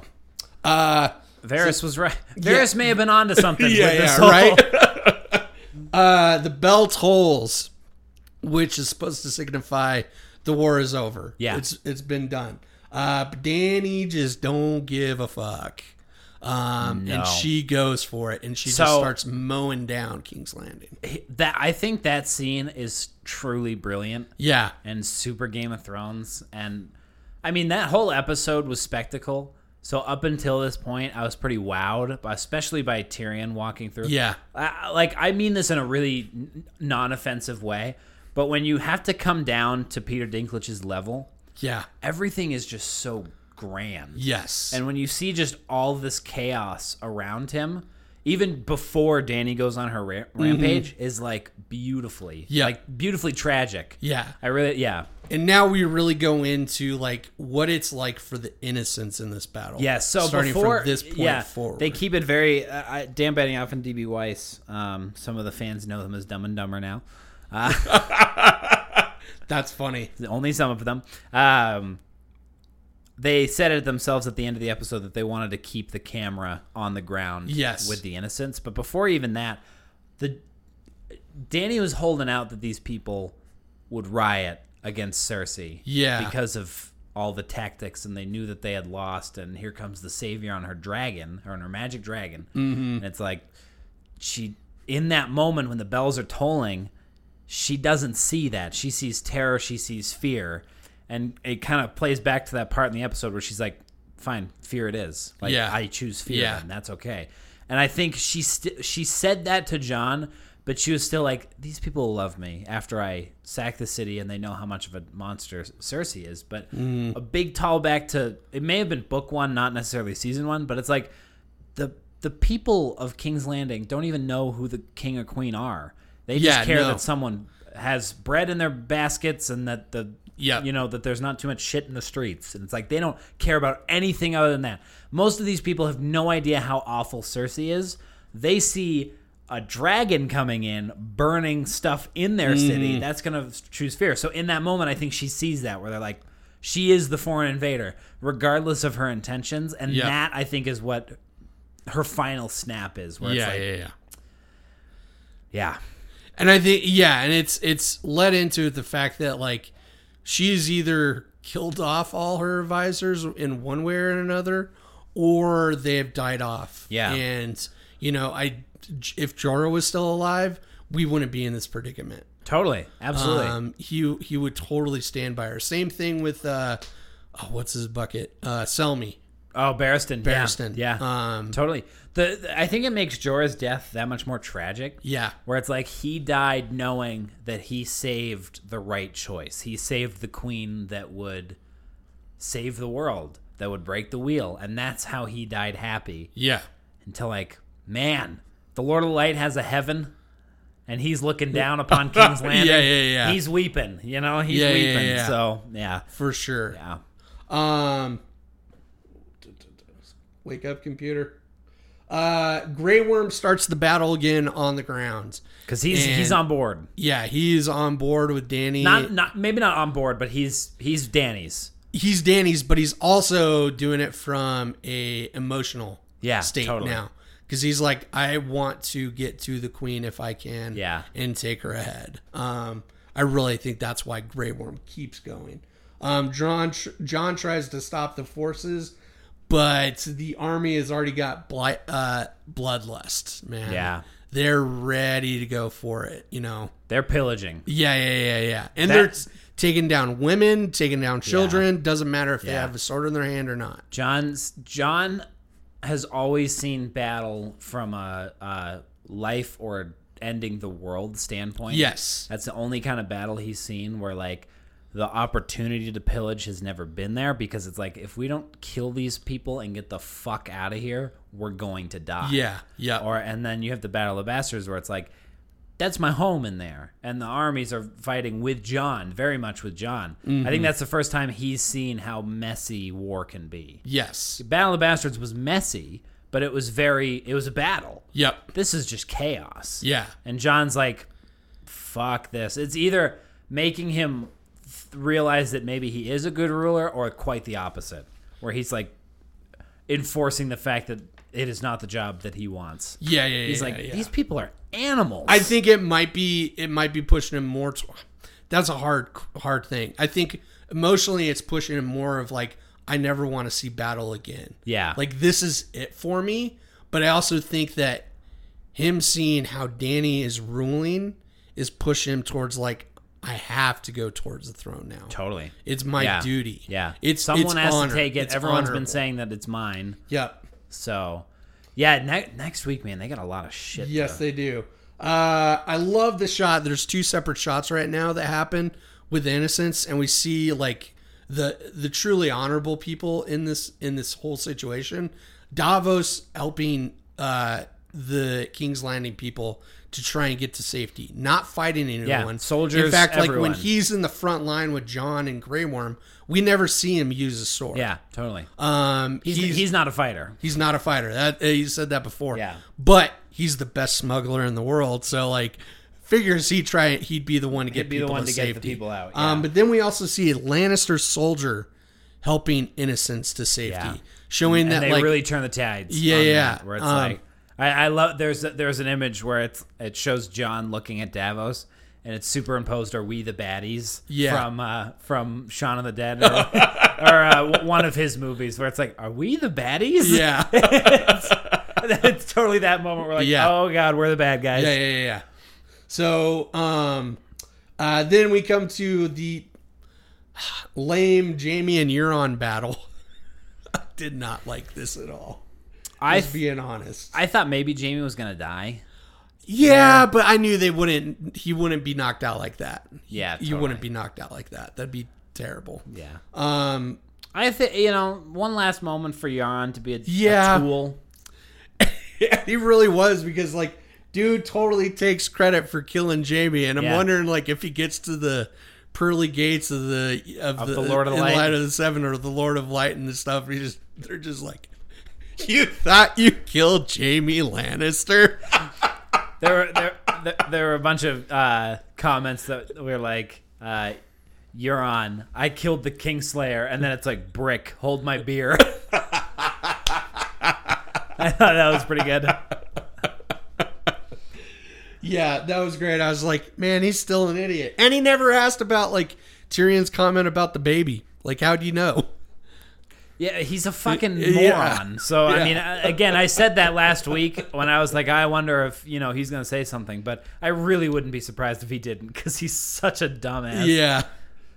Speaker 1: Uh,
Speaker 2: Varys was right. Varys may have been onto something.
Speaker 1: yeah,
Speaker 2: with this
Speaker 1: yeah,
Speaker 2: whole-
Speaker 1: right. uh, the bell tolls, which is supposed to signify the war is over.
Speaker 2: Yeah.
Speaker 1: it's it's been done. Uh, but Danny just don't give a fuck, um,
Speaker 2: No.
Speaker 1: and she goes for it, and she just
Speaker 2: So-
Speaker 1: starts mowing down King's Landing.
Speaker 2: That I think that scene is truly brilliant
Speaker 1: Yeah,
Speaker 2: and super Game of Thrones. And I mean, that whole episode was spectacle. So up until this point, I was pretty wowed, by- especially by Tyrion walking through.
Speaker 1: yeah,
Speaker 2: I, I- like I mean this in a really n- non-offensive way, but when you have to come down to Peter Dinklage's level,
Speaker 1: yeah,
Speaker 2: everything is just so grand.
Speaker 1: yes,
Speaker 2: And when you see just all this chaos around him, even before Danny goes on her ra- rampage, is like beautifully,
Speaker 1: Mm-hmm. Yeah.
Speaker 2: like beautifully tragic.
Speaker 1: Yeah.
Speaker 2: I really, yeah,
Speaker 1: And now we really go into like what it's like for the innocents in this battle.
Speaker 2: yeah. So
Speaker 1: starting
Speaker 2: before
Speaker 1: from this point
Speaker 2: yeah,
Speaker 1: forward.
Speaker 2: they keep it very. Uh, I, Dan Benioff and DB Weiss. Um, some of the fans know them as Dumb and Dumber now.
Speaker 1: That's funny.
Speaker 2: only some of them. Um, they said it themselves at the end of the episode that they wanted to keep the camera on the ground
Speaker 1: Yes.
Speaker 2: with the innocents. But before even that, the Danny was holding out that these people would riot against Cersei.
Speaker 1: Yeah.
Speaker 2: Because of all the tactics and they knew that they had lost and here comes the savior on her dragon or on her magic dragon. Mm-hmm. And it's like she in that moment when the bells are tolling, she doesn't see that. She sees terror, she sees fear. And it kind of plays back to that part in the episode where she's like, "Fine, fear it is. Like
Speaker 1: Yeah.
Speaker 2: I choose fear,
Speaker 1: Yeah.
Speaker 2: and that's okay." And I think she st- she said that to John, but she was still like, "These people will love me after I sack the city, and they know how much of a monster Cersei is." But
Speaker 1: Mm.
Speaker 2: a big tall back to it may have been book one, not necessarily season one, but it's like the the people of King's Landing don't even know who the king or queen are. They just
Speaker 1: Yeah,
Speaker 2: care
Speaker 1: no.
Speaker 2: that someone has bread in their baskets and that the
Speaker 1: Yeah.
Speaker 2: you know that there's not too much shit in the streets and it's like they don't care about anything other than that. Most of these people have no idea how awful Cersei is. They see a dragon coming in burning stuff in their
Speaker 1: Mm.
Speaker 2: city. That's going to choose fear. So in that moment I think she sees that where they're like she is the foreign invader regardless of her intentions and
Speaker 1: Yeah.
Speaker 2: that I think is what her final snap is where
Speaker 1: Yeah,
Speaker 2: it's like
Speaker 1: yeah, yeah.
Speaker 2: yeah
Speaker 1: And I think yeah, and it's it's led into the fact that like she's either killed off all her advisors in one way or another, or they have died off.
Speaker 2: Yeah.
Speaker 1: And you know, I if Jorah was still alive, we wouldn't be in this predicament.
Speaker 2: totally absolutely
Speaker 1: Um, he he would totally stand by her. Same thing with uh, oh, what's his bucket? Uh, Selmy.
Speaker 2: oh Barristan yeah,
Speaker 1: Barristan.
Speaker 2: yeah,
Speaker 1: Um,
Speaker 2: totally the, the- I think it makes Jorah's death that much more tragic
Speaker 1: yeah.
Speaker 2: where it's like he died knowing that he saved the right choice he saved the queen that would save the world that would break the wheel and that's how he died happy
Speaker 1: Yeah.
Speaker 2: until like man the lord of light has a heaven and he's looking down upon king's landing
Speaker 1: Yeah, yeah, yeah.
Speaker 2: he's weeping you know he's
Speaker 1: Yeah, yeah,
Speaker 2: weeping
Speaker 1: yeah.
Speaker 2: so yeah
Speaker 1: For sure.
Speaker 2: yeah
Speaker 1: Um, wake up, computer. Uh, Grey Worm starts the battle again on the ground.
Speaker 2: because he's he's
Speaker 1: And-
Speaker 2: on board
Speaker 1: Yeah, he's on board with Danny.
Speaker 2: not not maybe not on board but he's he's danny's
Speaker 1: he's Danny's, but he's also doing it from a emotional
Speaker 2: Yeah,
Speaker 1: state
Speaker 2: totally.
Speaker 1: now because he's like, I want to get to the queen if I can,
Speaker 2: Yeah.
Speaker 1: and take her ahead. Um, I really think that's why Grey Worm keeps going. Um, John John tries to stop the forces, but the army has already got bli- uh, bloodlust. Man,
Speaker 2: Yeah.
Speaker 1: they're ready to go for it. You know.
Speaker 2: they're pillaging
Speaker 1: Yeah, yeah, yeah, yeah. And
Speaker 2: That-
Speaker 1: they're t- taking down women, taking down children. Doesn't matter if they
Speaker 2: Yeah.
Speaker 1: have a sword in their hand or not.
Speaker 2: john's john has always seen battle from a, a life or ending the world standpoint
Speaker 1: Yes.
Speaker 2: That's the only kind of battle he's seen where like the opportunity to pillage has never been there because it's like if we don't kill these people and get the fuck out of here, we're going to die.
Speaker 1: Yeah, yeah.
Speaker 2: Or and then you have the Battle of the Bastards where it's like that's my home in there and the armies are fighting with John, very much with John. I think that's the first time he's seen how messy war can be.
Speaker 1: yes.
Speaker 2: Battle of the Bastards was messy, but it was very it was a battle.
Speaker 1: Yep.
Speaker 2: This is just chaos.
Speaker 1: Yeah.
Speaker 2: And John's like, fuck this. It's either making him th- realize that maybe he is a good ruler or quite the opposite, where he's like enforcing the fact that it is not the job that he wants.
Speaker 1: Yeah, yeah, yeah.
Speaker 2: He's like,
Speaker 1: yeah, yeah.
Speaker 2: these people are animals.
Speaker 1: I think it might be it might be pushing him more. To, that's a hard hard thing. I think emotionally, it's pushing him more of like I never want to see battle again.
Speaker 2: Yeah.
Speaker 1: Like this is it for me. But I also think that him seeing how Danny is ruling is pushing him towards like I have to go towards the throne now.
Speaker 2: totally.
Speaker 1: It's my
Speaker 2: Yeah.
Speaker 1: duty.
Speaker 2: Yeah.
Speaker 1: It's
Speaker 2: someone
Speaker 1: it's
Speaker 2: has
Speaker 1: honor.
Speaker 2: to take it.
Speaker 1: It's
Speaker 2: Everyone's been
Speaker 1: honorable.
Speaker 2: saying that it's mine.
Speaker 1: Yep.
Speaker 2: So, yeah, ne- next week, man, they got a lot of shit.
Speaker 1: Yes, they do. Uh, I love the shot. There's two separate shots right now that happen with innocence, and we see like the the truly honorable people in this in this whole situation. Davos helping uh, the King's Landing people to try and get to safety, not fighting anyone.
Speaker 2: soldiers,
Speaker 1: In fact, like
Speaker 2: everyone.
Speaker 1: when he's in the front line with John and Grey Worm, we never see him use a sword.
Speaker 2: Yeah, totally.
Speaker 1: Um,
Speaker 2: He's, he's, not a fighter.
Speaker 1: He's not a fighter. That uh, he said that before.
Speaker 2: Yeah.
Speaker 1: But he's the best smuggler in the world. So like, figures he try he'd be the one to get
Speaker 2: be the
Speaker 1: people
Speaker 2: one to get the
Speaker 1: safety.
Speaker 2: people out,
Speaker 1: Um,
Speaker 2: yeah.
Speaker 1: but then we also see a Lannister soldier helping innocents to safety,
Speaker 2: Yeah.
Speaker 1: showing
Speaker 2: And
Speaker 1: that
Speaker 2: they
Speaker 1: like
Speaker 2: really turn the tides.
Speaker 1: Yeah,
Speaker 2: on
Speaker 1: yeah.
Speaker 2: that, where it's
Speaker 1: Um,
Speaker 2: like I, I love there's there's an image where it's it shows John looking at Davos. And it's superimposed. Are we the baddies?
Speaker 1: Yeah.
Speaker 2: From uh, from Shaun of the Dead, or, or uh, w- one of his movies, where it's like, are we the baddies?
Speaker 1: yeah.
Speaker 2: it's totally that moment where like,
Speaker 1: Yeah.
Speaker 2: oh god, we're the bad guys.
Speaker 1: Yeah, yeah, yeah, yeah. So, um, uh, then we come to the lame Jamie and Euron battle. I did not like this at all.
Speaker 2: I
Speaker 1: Just being honest.
Speaker 2: I thought maybe Jamie was gonna die.
Speaker 1: yeah, but I knew they wouldn't. He wouldn't be knocked out like that.
Speaker 2: Yeah,
Speaker 1: you wouldn't
Speaker 2: totally.
Speaker 1: be knocked out like that. That'd be terrible.
Speaker 2: Yeah.
Speaker 1: Um,
Speaker 2: I think you know one last moment for Yaron to be a,
Speaker 1: Yeah.
Speaker 2: a tool.
Speaker 1: he really was because like. Dude totally takes credit for killing Jamie, and I'm
Speaker 2: Yeah.
Speaker 1: wondering like if he gets to the pearly gates of the of,
Speaker 2: the Lord of the
Speaker 1: in
Speaker 2: Light.
Speaker 1: of the Seven or the Lord of Light and the stuff. He just they're just like, you thought you killed Jamie Lannister?
Speaker 2: There were there there, there were a bunch of uh, comments that were like, uh, "Euron, I killed the Kingslayer," and then it's like, "Brick, hold my beer." I thought that was pretty good.
Speaker 1: Yeah, that was great. I was like, man, he's still an idiot, and he never asked about like Tyrion's comment about the baby. Like, how do you know?
Speaker 2: Yeah, he's a fucking
Speaker 1: Yeah.
Speaker 2: moron. So
Speaker 1: Yeah.
Speaker 2: I mean, I- again, I said that last week when I was like, I wonder if you know he's gonna say something, but I really wouldn't be surprised if he didn't because he's such a dumbass.
Speaker 1: Yeah.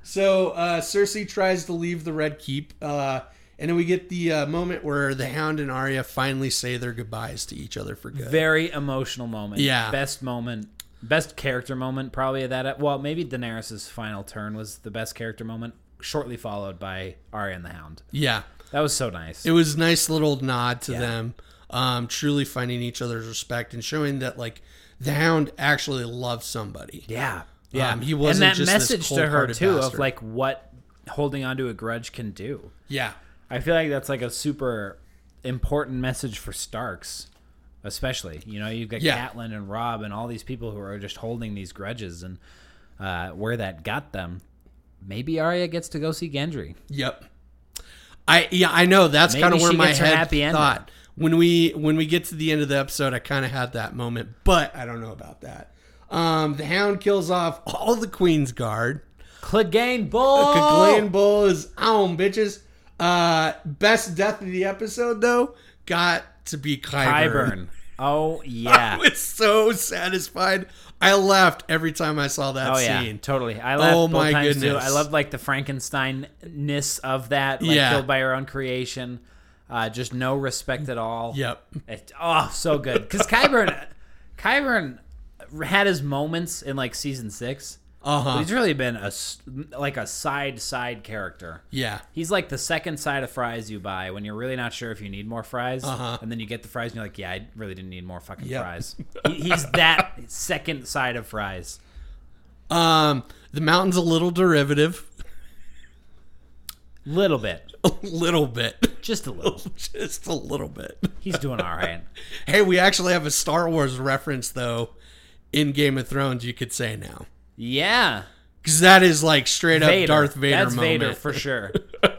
Speaker 1: So uh, Cersei tries to leave the Red Keep, uh, and then we get the uh, moment where the Hound and Arya finally say their goodbyes to each other for good.
Speaker 2: Very emotional moment.
Speaker 1: Yeah.
Speaker 2: Best moment. Best character moment, probably of that. e, Well, maybe Daenerys' final turn was the best character moment, shortly followed by Arya and the Hound.
Speaker 1: yeah.
Speaker 2: That was so nice.
Speaker 1: It was a nice little nod to them, um, truly finding each other's respect and showing that like the Hound actually loves somebody.
Speaker 2: yeah. Yeah.
Speaker 1: Um, he wasn't
Speaker 2: and that
Speaker 1: just this
Speaker 2: message to her,
Speaker 1: cold-hearted
Speaker 2: too,
Speaker 1: bastard.
Speaker 2: of like what holding onto a grudge can do.
Speaker 1: Yeah.
Speaker 2: I feel like that's like a super important message for Starks, especially. You know, you've got
Speaker 1: Yeah.
Speaker 2: Catelyn and Rob and all these people who are just holding these grudges and uh, where that got them. Maybe Arya gets to go see Gendry.
Speaker 1: Yep. I yeah I know that's
Speaker 2: Maybe
Speaker 1: kind of where
Speaker 2: she
Speaker 1: my
Speaker 2: gets her
Speaker 1: head
Speaker 2: happy ending.
Speaker 1: thought when we when we get to the end of the episode I kind of had that moment but I don't know about that. Um, the Hound kills off all the Queen's Guard.
Speaker 2: Clegane Bull.
Speaker 1: Clegane Bull is on bitches. Uh, best death of the episode though got to be Kyburn.
Speaker 2: Kyburn. Oh
Speaker 1: I
Speaker 2: yeah.
Speaker 1: was so satisfied. I laughed every time I saw that
Speaker 2: Oh yeah,
Speaker 1: scene.
Speaker 2: totally. I love
Speaker 1: Oh,
Speaker 2: both
Speaker 1: my
Speaker 2: times too.
Speaker 1: goodness.
Speaker 2: I love like the Frankenstein ness of that, like
Speaker 1: Yeah.
Speaker 2: killed by her own creation. Uh, just no respect at all.
Speaker 1: Yep.
Speaker 2: It, oh, so good. Because Kyburn, Kyburn had his moments in like season six.
Speaker 1: Uh
Speaker 2: But
Speaker 1: huh.
Speaker 2: he's really been a s- like a side side character.
Speaker 1: Yeah.
Speaker 2: He's like the second side of fries you buy when you're really not sure if you need more fries,
Speaker 1: Uh-huh.
Speaker 2: and then you get the fries and you're like, "Yeah, I really didn't need more fucking
Speaker 1: Yep.
Speaker 2: fries." He, he's that second side of fries.
Speaker 1: Um, the mountain's a little derivative,
Speaker 2: Little bit,
Speaker 1: a little bit,
Speaker 2: just a little.
Speaker 1: just a little bit.
Speaker 2: He's doing all right.
Speaker 1: Hey, we actually have a Star Wars reference though in Game of Thrones. You could say now
Speaker 2: Yeah,
Speaker 1: because that is like straight up
Speaker 2: Vader.
Speaker 1: Darth Vader
Speaker 2: That's
Speaker 1: moment.
Speaker 2: Vader for sure.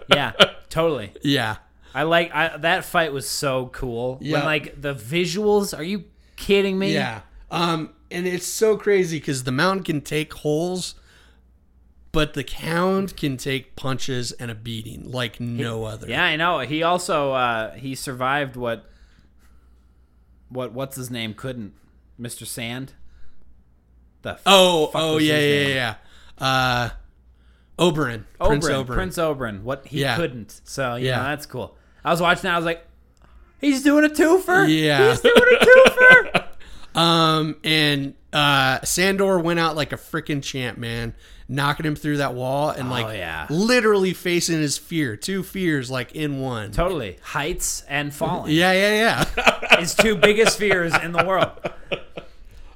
Speaker 2: Yeah, totally.
Speaker 1: yeah.
Speaker 2: I like I, that fight was so cool.
Speaker 1: Yeah.
Speaker 2: When like the visuals, are you kidding me?
Speaker 1: Yeah. Um, and it's so crazy because the mountain can take holes, but the hound can take punches and a beating like no other.
Speaker 2: Yeah, I know. He also uh he survived what what what's his name couldn't. Mr. Sand. The f-
Speaker 1: Oh, oh
Speaker 2: was
Speaker 1: yeah,
Speaker 2: his
Speaker 1: yeah,
Speaker 2: name?
Speaker 1: yeah, yeah. Uh, Oberyn,
Speaker 2: Oberyn,
Speaker 1: Prince Oberyn.
Speaker 2: Prince Oberyn. What he
Speaker 1: Yeah.
Speaker 2: couldn't. So yeah,
Speaker 1: Yeah.
Speaker 2: that's cool. I was watching that, I was like, He's doing a twofer.
Speaker 1: Yeah.
Speaker 2: He's doing a twofer.
Speaker 1: Um, and uh, Sandor went out like a freaking champ, man, knocking him through that wall and like
Speaker 2: Oh, yeah.
Speaker 1: literally facing his fear, two fears like in one.
Speaker 2: Totally. Heights and falling
Speaker 1: Yeah, yeah, yeah.
Speaker 2: is two biggest fears in the world.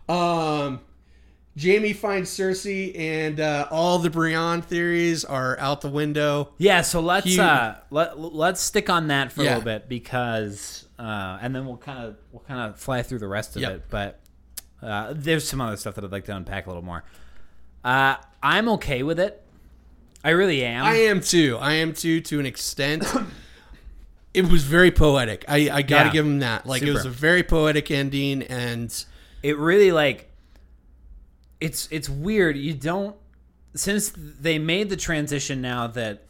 Speaker 1: Um, Jamie finds Cersei, and uh, all the Brienne theories are out the window.
Speaker 2: Yeah, so let's
Speaker 1: Huge.
Speaker 2: uh let let's stick on that for a
Speaker 1: Yeah.
Speaker 2: little bit because uh and then we'll kind of we'll kind of fly through the rest of
Speaker 1: Yep.
Speaker 2: it, but uh there's some other stuff that I'd like to unpack a little more. Uh I'm okay with it. I really am.
Speaker 1: I am too. I am too to an extent. it was very poetic. I, I gotta
Speaker 2: Yeah.
Speaker 1: give him that. Like it was a
Speaker 2: Super.
Speaker 1: very poetic ending, and
Speaker 2: it really like it's it's weird you don't since they made the transition now that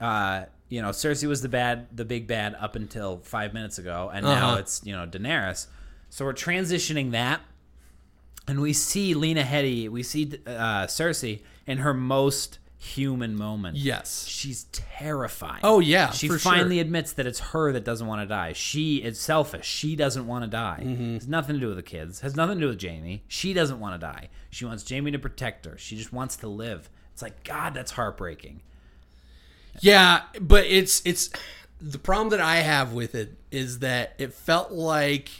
Speaker 2: uh you know cersei was the bad the big bad up until five minutes ago and now
Speaker 1: Uh-huh.
Speaker 2: it's you know daenerys so we're transitioning that and we see lena headey we see uh cersei in her most human moment
Speaker 1: yes.
Speaker 2: she's terrifying
Speaker 1: Oh yeah,
Speaker 2: she
Speaker 1: for sure.
Speaker 2: finally admits that it's her that doesn't want to die. She is selfish. She doesn't want to die.
Speaker 1: Mm-hmm.
Speaker 2: It's nothing to do with the kids. Has nothing to do with Jamie. She doesn't want to die. She wants Jamie to protect her. She just wants to live. It's like God, that's heartbreaking.
Speaker 1: Yeah, but it's it's the problem that I have with it is that it felt like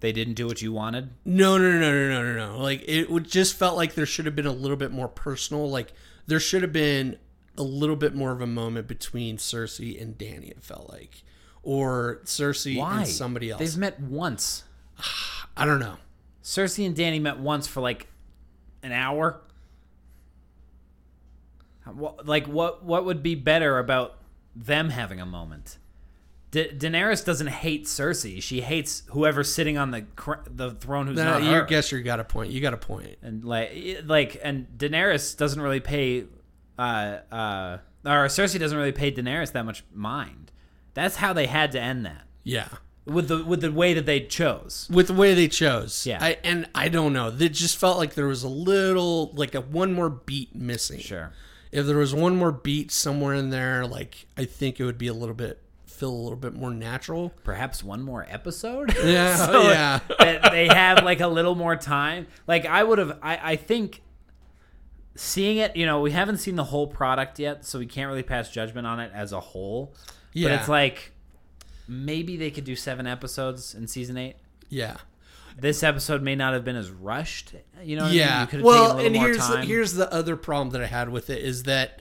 Speaker 2: They didn't do what you wanted.
Speaker 1: no no no no no no no like it would just felt like there should have been a little bit more personal like there should have been a little bit more of a moment between Cersei and Danny it felt like or Cersei
Speaker 2: Why?
Speaker 1: and somebody else
Speaker 2: They've met once.
Speaker 1: I don't know
Speaker 2: Cersei and Danny met once for like an hour. What, like what? What would be better about them having a moment? Da- Daenerys doesn't hate Cersei. She hates whoever's sitting on the cr- the throne who's
Speaker 1: no,
Speaker 2: not
Speaker 1: you
Speaker 2: her.
Speaker 1: guess you got a point you got a point
Speaker 2: and like it- like and Daenerys doesn't really pay uh uh or Cersei doesn't really pay Daenerys that much mind. That's how they had to end that.
Speaker 1: yeah
Speaker 2: With the with the way that they chose.
Speaker 1: with the way they chose
Speaker 2: Yeah.
Speaker 1: I, and I don't know it just felt like there was a little like a one more beat missing
Speaker 2: Sure.
Speaker 1: if there was one more beat somewhere in there, like I think it would be a little bit feel a little bit more natural.
Speaker 2: Perhaps one more episode?
Speaker 1: Yeah, oh,
Speaker 2: So,
Speaker 1: yeah.
Speaker 2: that they have like a little more time. Like I would have I, I think seeing it, you know, we haven't seen the whole product yet, so we can't really pass judgment on it as a whole. But
Speaker 1: Yeah.
Speaker 2: it's like maybe they could do seven episodes in season eight.
Speaker 1: Yeah,
Speaker 2: This episode may not have been as rushed. You know what I mean?
Speaker 1: yeah.
Speaker 2: You could have
Speaker 1: well,
Speaker 2: taken a little
Speaker 1: and
Speaker 2: more
Speaker 1: here's the,
Speaker 2: time.
Speaker 1: here's the other problem that I had with it is that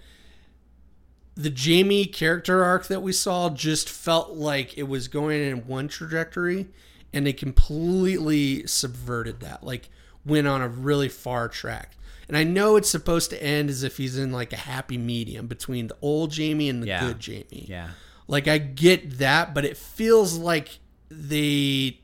Speaker 1: the Jamie character arc that we saw just felt like it was going in one trajectory, and they completely subverted that. Like went on a really far track. And I know it's supposed to end as if he's in like a happy medium between the old Jamie and the
Speaker 2: Yeah.
Speaker 1: good Jamie.
Speaker 2: Yeah.
Speaker 1: Like I get that, but it feels like they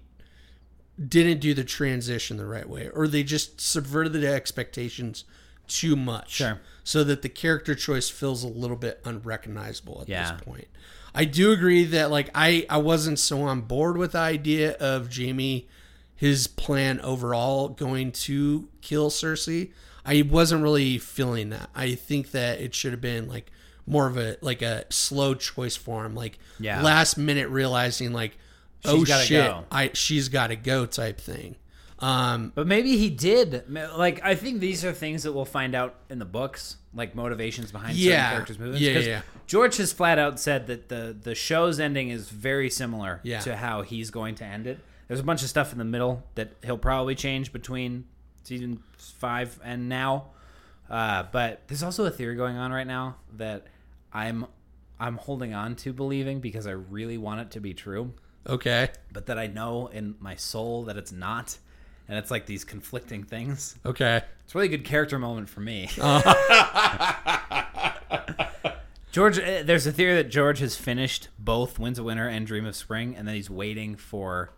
Speaker 1: didn't do the transition the right way, or they just subverted the expectations too much,
Speaker 2: Sure.
Speaker 1: so that the character choice feels a little bit unrecognizable at
Speaker 2: Yeah.
Speaker 1: this point. I do agree that like I I wasn't so on board with the idea of Jamie his plan overall going to kill Cersei. I wasn't really feeling that. I think that it should have been like more of a like a slow choice for him, like
Speaker 2: Yeah.
Speaker 1: last minute realizing like oh
Speaker 2: gotta
Speaker 1: shit,
Speaker 2: go.
Speaker 1: I she's got to go type thing. Um
Speaker 2: But maybe he did. Ma- Like I think these are things that we'll find out in the books, like motivations behind certain
Speaker 1: Yeah.
Speaker 2: characters' movements.
Speaker 1: Yeah,
Speaker 2: 'Cause
Speaker 1: yeah, yeah.
Speaker 2: George has flat out said that the the show's ending is very similar
Speaker 1: Yeah.
Speaker 2: to how he's going to end it. There's a bunch of stuff in the middle that he'll probably change between season five and now. Uh, but there's also a theory going on right now that I'm I'm holding on to believing because I really want it to be true
Speaker 1: okay.
Speaker 2: but that I know in my soul that it's not. And it's like these conflicting things.
Speaker 1: Okay.
Speaker 2: It's a really good character moment for me. George, eh, there's a theory that George has finished both Winds of Winter and Dream of Spring, and then he's waiting for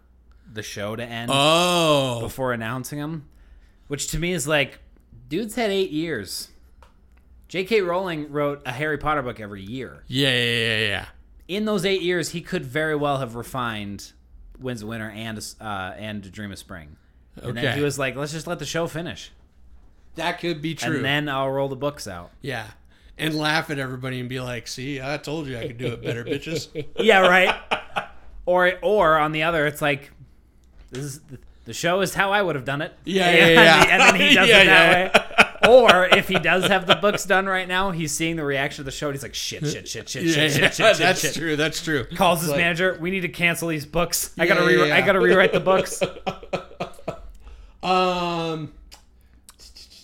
Speaker 2: the show to end
Speaker 1: Oh.
Speaker 2: before announcing them, which to me is like, dude's had eight years. J.K. Rowling wrote a Harry Potter book every year
Speaker 1: Yeah, yeah, yeah, yeah.
Speaker 2: in those eight years, he could very well have refined Winds of Winter and uh, and A Dream of Spring. And then
Speaker 1: Okay.
Speaker 2: he was like, let's just let the show finish,
Speaker 1: That could be true.
Speaker 2: and then I'll roll the books out.
Speaker 1: yeah. And laugh at everybody and be like, "See, I told you I could do it better, bitches."
Speaker 2: yeah, right. Or or on the other, it's like this is the, the show is how I would have done it.
Speaker 1: Yeah, yeah, yeah.
Speaker 2: And, then he does
Speaker 1: Yeah,
Speaker 2: it that way. Or if he does have the books done right now, he's seeing the reaction of the show and he's like, shit, shit, shit, shit,
Speaker 1: Yeah,
Speaker 2: shit,
Speaker 1: yeah,
Speaker 2: shit, shit, shit,
Speaker 1: that's
Speaker 2: shit.
Speaker 1: true. That's true.
Speaker 2: Calls his
Speaker 1: Like-
Speaker 2: manager, we need to cancel these books. I gotta
Speaker 1: Yeah,
Speaker 2: re-
Speaker 1: yeah,
Speaker 2: I
Speaker 1: yeah.
Speaker 2: gotta rewrite the books.
Speaker 1: Um,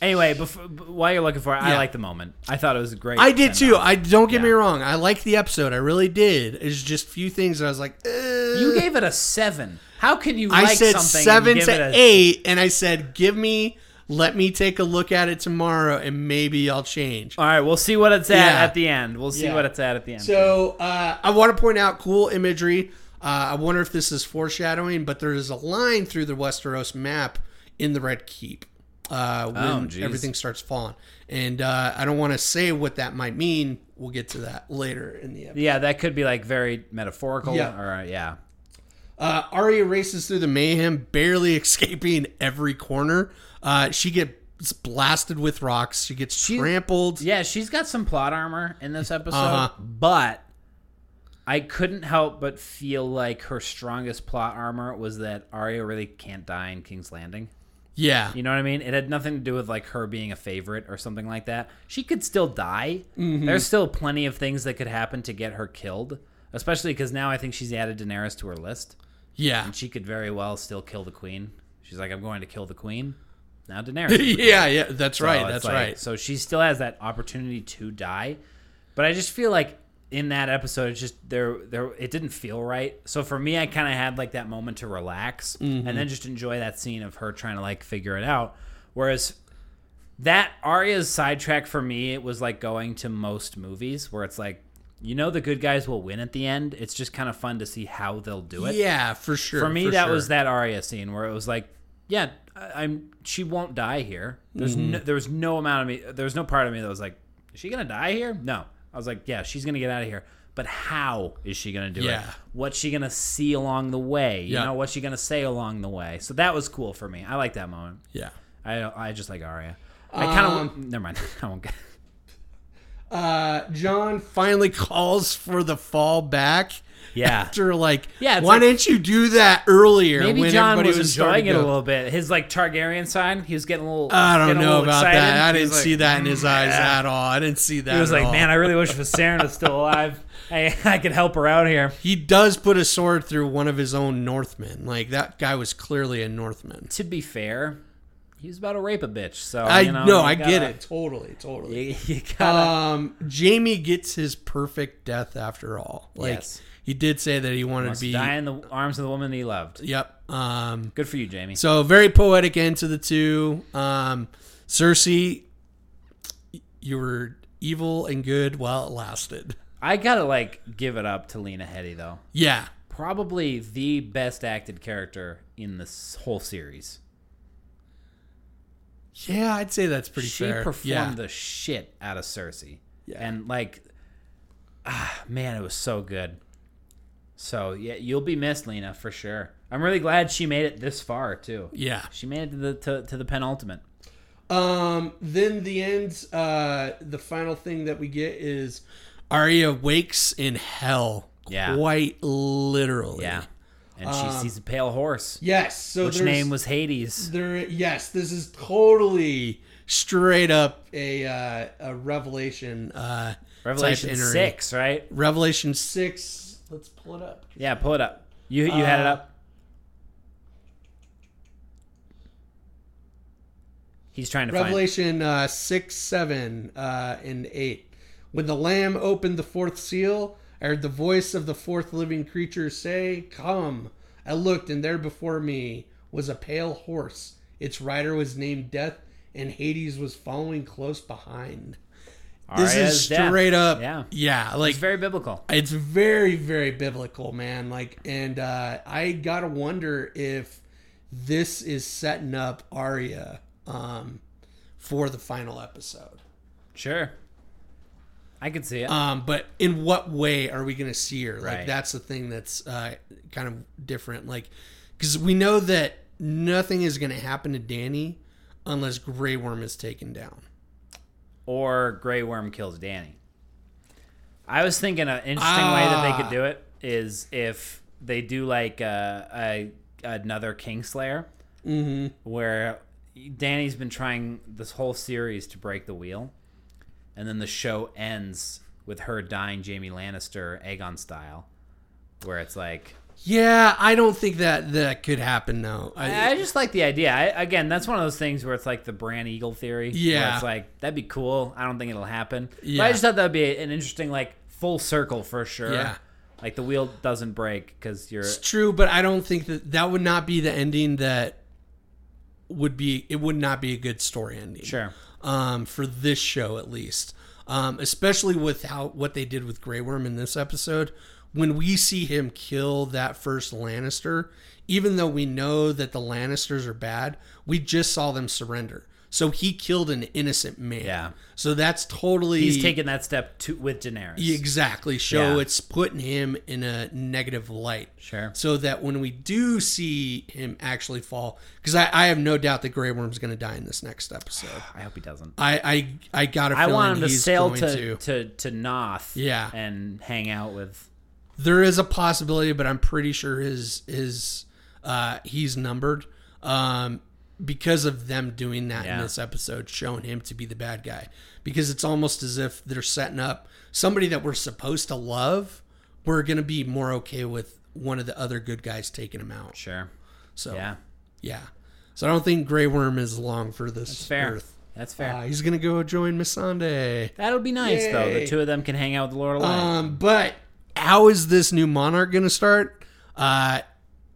Speaker 2: Anyway, before, b- while you're looking for it, I
Speaker 1: Yeah.
Speaker 2: like the moment. I thought it was great.
Speaker 1: I did
Speaker 2: And,
Speaker 1: too.
Speaker 2: uh,
Speaker 1: I don't get me
Speaker 2: yeah.
Speaker 1: wrong. I liked the episode. I really did. It's just few things that I was like, eh.
Speaker 2: You gave it a seven. How can you?
Speaker 1: I
Speaker 2: like
Speaker 1: said
Speaker 2: something
Speaker 1: seven
Speaker 2: and give it
Speaker 1: to
Speaker 2: a,
Speaker 1: eight, and I said, give me, let me take a look at it tomorrow, and maybe I'll change.
Speaker 2: All right, we'll see what it's at
Speaker 1: Yeah.
Speaker 2: at the end. We'll see
Speaker 1: Yeah.
Speaker 2: what it's at at the end.
Speaker 1: So uh, I want to point out cool imagery. Uh, I wonder if this is foreshadowing, but there is a line through the Westeros map in the Red Keep uh,
Speaker 2: Oh,
Speaker 1: when
Speaker 2: geez.
Speaker 1: everything starts falling. And uh, I don't want to say what that might mean. We'll get to that later in the episode.
Speaker 2: yeah, that could be like very metaphorical.
Speaker 1: Yeah.
Speaker 2: Or uh, yeah,
Speaker 1: Uh, Arya races through the mayhem, barely escaping every corner. Uh, she gets blasted with rocks. She gets trampled.
Speaker 2: yeah, she's got some plot armor in this episode,
Speaker 1: Uh-huh.
Speaker 2: but I couldn't help but feel like her strongest plot armor was that Arya really can't die in King's Landing.
Speaker 1: Yeah.
Speaker 2: You know what I mean? It had nothing to do with like her being a favorite or something like that. She could still die. There's still plenty of things that could happen to get her killed, especially because now I think she's added Daenerys to her list.
Speaker 1: Yeah.
Speaker 2: She could very well still kill the queen. She's like, I'm going to kill the queen. Now Daenerys. is the queen.
Speaker 1: Yeah, yeah, that's
Speaker 2: So
Speaker 1: right.
Speaker 2: it's
Speaker 1: That's
Speaker 2: like-
Speaker 1: right.
Speaker 2: So she still has that opportunity to die, but I just feel like in that episode, it's just there, there, it didn't feel right. So for me, I kind of had like that moment to relax
Speaker 1: Mm-hmm.
Speaker 2: and then just enjoy that scene of her trying to like figure it out. Whereas that Arya's sidetrack for me, it was like going to most movies where it's like, you know, the good guys will win at the end. It's just kind of fun to see how they'll do it
Speaker 1: Yeah, for sure.
Speaker 2: for me that was
Speaker 1: sure.
Speaker 2: that Arya scene where it was like yeah I- i'm she won't die here there's
Speaker 1: Mm-hmm.
Speaker 2: no there was no amount of me there was no part of me that was like is she gonna die here no i was like yeah she's gonna get out of here but how is she gonna do
Speaker 1: Yeah.
Speaker 2: it what's she gonna see along the way you
Speaker 1: Yeah.
Speaker 2: know what's she gonna say along the way so that was cool for me i like that moment
Speaker 1: Yeah.
Speaker 2: i i just like Arya. i kind
Speaker 1: Um,
Speaker 2: of never mind i won't get
Speaker 1: Uh, John finally calls for the fall back.
Speaker 2: yeah
Speaker 1: After like,
Speaker 2: Yeah, it's
Speaker 1: why
Speaker 2: like-
Speaker 1: didn't you do that earlier?
Speaker 2: Maybe
Speaker 1: when
Speaker 2: John
Speaker 1: everybody
Speaker 2: was,
Speaker 1: starting
Speaker 2: enjoying it
Speaker 1: to
Speaker 2: a
Speaker 1: go-
Speaker 2: little bit. His like Targaryen sign, he was getting a little.
Speaker 1: I don't
Speaker 2: getting a
Speaker 1: know
Speaker 2: little
Speaker 1: about
Speaker 2: excited.
Speaker 1: that. I
Speaker 2: He was
Speaker 1: didn't
Speaker 2: like, "Mm,
Speaker 1: see that in his eyes at all. I didn't see that.
Speaker 2: He was
Speaker 1: at
Speaker 2: like,
Speaker 1: all.
Speaker 2: "Man, I really wish Viserion was still alive. I I could help her out here."
Speaker 1: He does put a sword through one of his own Northmen. Like that guy was clearly a Northman.
Speaker 2: To be fair, he was about to rape a bitch. So
Speaker 1: I
Speaker 2: you know,
Speaker 1: no,
Speaker 2: you
Speaker 1: I get
Speaker 2: gotta-
Speaker 1: it totally, totally.
Speaker 2: You, you gotta,
Speaker 1: Um, Jamie gets his perfect death after all. Like
Speaker 2: Yes.
Speaker 1: he did say that he wanted to be.
Speaker 2: die in the arms of the woman he loved.
Speaker 1: Yep. Um,
Speaker 2: Good for you, Jamie.
Speaker 1: so very poetic end to the two. Um, Cersei, you were evil and good while it lasted.
Speaker 2: I gotta like give it up to Lena Headey though.
Speaker 1: Yeah.
Speaker 2: Probably the best acted character in this whole series.
Speaker 1: Yeah, I'd say that's pretty
Speaker 2: she
Speaker 1: fair.
Speaker 2: performed
Speaker 1: yeah.
Speaker 2: the shit out of Cersei.
Speaker 1: Yeah.
Speaker 2: And like ah man, it was so good. So yeah, you'll be missed, Lena, for sure. I'm really glad she made it this far too.
Speaker 1: yeah.
Speaker 2: She made it to the to, to the penultimate.
Speaker 1: Um, then the end, uh, the final thing that we get is Arya wakes in hell.
Speaker 2: Yeah.
Speaker 1: Quite literally.
Speaker 2: Yeah. And she sees a pale horse.
Speaker 1: Yes. Um, So
Speaker 2: Which
Speaker 1: there's-
Speaker 2: name was Hades.
Speaker 1: there yes this is totally straight up a uh, a revelation uh type
Speaker 2: Revelation
Speaker 1: entry.
Speaker 2: six, right?
Speaker 1: revelation 6 let's pull it up
Speaker 2: Yeah, pull it up. You you had it
Speaker 1: Uh,
Speaker 2: up. He's trying to find
Speaker 1: revelation uh 6 7 uh and 8 when the lamb opened the fourth seal i heard the voice of the fourth living creature say come i looked and there before me was a pale horse its rider was named death and hades was following close behind this
Speaker 2: Arya's
Speaker 1: is
Speaker 2: death.
Speaker 1: straight up
Speaker 2: Yeah.
Speaker 1: yeah like
Speaker 2: It's very biblical.
Speaker 1: it's very very biblical man like and uh i gotta wonder if this is setting up Arya um for the final episode
Speaker 2: Sure. I could see it.
Speaker 1: um but in what way are we gonna see her like
Speaker 2: Right.
Speaker 1: that's the thing that's uh kind of different like because we know that nothing is gonna happen to danny unless gray worm is taken down
Speaker 2: or Grey Worm kills Danny. I was thinking an interesting way that they could do it is if they do like uh, a, another Kingslayer where Danny's been trying this whole series to break the wheel, and then the show ends with her dying Jamie Lannister Aegon style, where it's like
Speaker 1: Yeah, I don't think that that could happen though. I,
Speaker 2: I I just like the idea. I, again, that's one of those things where it's like the Bran Eagle theory. where
Speaker 1: Yeah.
Speaker 2: it's like that'd be cool. I don't think it'll happen. But
Speaker 1: Yeah.
Speaker 2: I just thought that'd be an interesting like full circle for sure.
Speaker 1: Yeah.
Speaker 2: Like the wheel doesn't break because you're
Speaker 1: it's true, but I don't think that that would not be the ending that would be. It would not be a good story ending.
Speaker 2: sure.
Speaker 1: um, for this show at least. Um, especially with how what they did with Grey Worm in this episode, when we see him kill that first Lannister, even though we know that the Lannisters are bad, we just saw them surrender. So he killed an innocent man.
Speaker 2: Yeah.
Speaker 1: So that's totally
Speaker 2: He's taking that step to with Daenerys.
Speaker 1: exactly show
Speaker 2: Yeah.
Speaker 1: it's putting him in a negative light
Speaker 2: Sure.
Speaker 1: so that when we do see him actually fall because I, I have no doubt that Grey Worm's going to die in this next episode.
Speaker 2: I hope he doesn't.
Speaker 1: I I, I got a
Speaker 2: I
Speaker 1: feeling
Speaker 2: want him to
Speaker 1: he's
Speaker 2: sail
Speaker 1: going
Speaker 2: to, to to Noth.
Speaker 1: Yeah.
Speaker 2: And hang out with.
Speaker 1: There is a possibility, but I'm pretty sure his his uh, he's numbered um, because of them doing that
Speaker 2: Yeah.
Speaker 1: in this episode, showing him to be the bad guy. Because it's almost as if they're setting up somebody that we're supposed to love. We're gonna be more okay with one of the other good guys taking him out.
Speaker 2: Sure.
Speaker 1: So yeah,
Speaker 2: Yeah.
Speaker 1: so I don't think Grey Worm is long for this
Speaker 2: Fair.
Speaker 1: earth.
Speaker 2: That's fair.
Speaker 1: Uh, he's gonna go join Missandei.
Speaker 2: That'll be nice though. The
Speaker 1: Yay.
Speaker 2: two of them can hang out with the Lord of the Light.
Speaker 1: Um, but how is this new monarch going to start? Uh,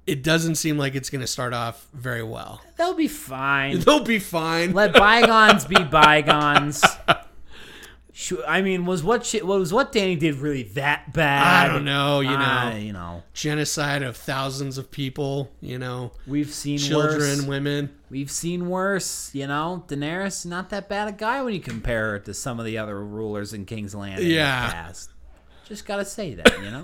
Speaker 1: it doesn't seem like it's going to start off very well.
Speaker 2: They'll be fine.
Speaker 1: They'll be fine.
Speaker 2: Let bygones be bygones. Shoo- I mean, was what she, was what Danny did really that
Speaker 1: I
Speaker 2: bad?
Speaker 1: don't know. You know,
Speaker 2: Ah, you know,
Speaker 1: genocide of thousands of people. You know,
Speaker 2: we've seen
Speaker 1: children,
Speaker 2: worse.
Speaker 1: women.
Speaker 2: We've seen worse. You know, Daenerys not that bad a guy when you compare her to some of the other rulers in King's Landing. in the
Speaker 1: Yeah.
Speaker 2: past. just gotta say that. You know,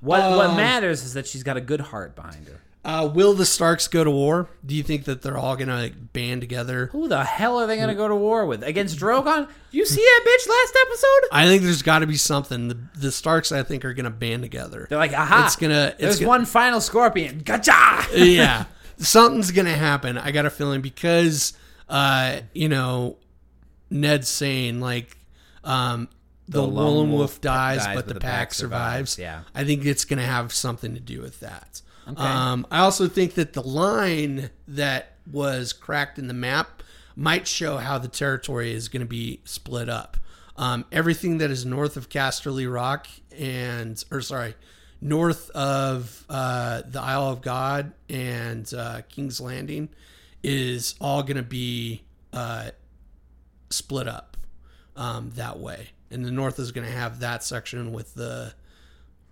Speaker 2: what
Speaker 1: Um,
Speaker 2: what matters is that she's got a good heart behind her.
Speaker 1: Uh, will the Starks go to war? Do you think that they're all going to band together?
Speaker 2: Who the hell are they
Speaker 1: Mm.
Speaker 2: gonna go to war with against Drogon? You see that bitch last episode?
Speaker 1: I think there's got to be something. The, the Starks, I think, are going to band together.
Speaker 2: They're like, aha!
Speaker 1: it's gonna. It's
Speaker 2: There's
Speaker 1: gonna-
Speaker 2: one final scorpion. Gotcha!
Speaker 1: yeah, something's gonna happen. I got a feeling because uh, you know Ned's saying like um, the,
Speaker 2: lone
Speaker 1: lone
Speaker 2: wolf
Speaker 1: wolf, dies,
Speaker 2: dies,
Speaker 1: but the, pack, survives.
Speaker 2: yeah.
Speaker 1: I think it's gonna have something to do with that. Um, I also think that the line that was cracked in the map might show how the territory is going to be split up. Um, everything that is north of Casterly Rock and, or sorry, north of uh, the Isle of God and uh, King's Landing is all going to be uh, split up um, that way. And the north is going to have that section with the,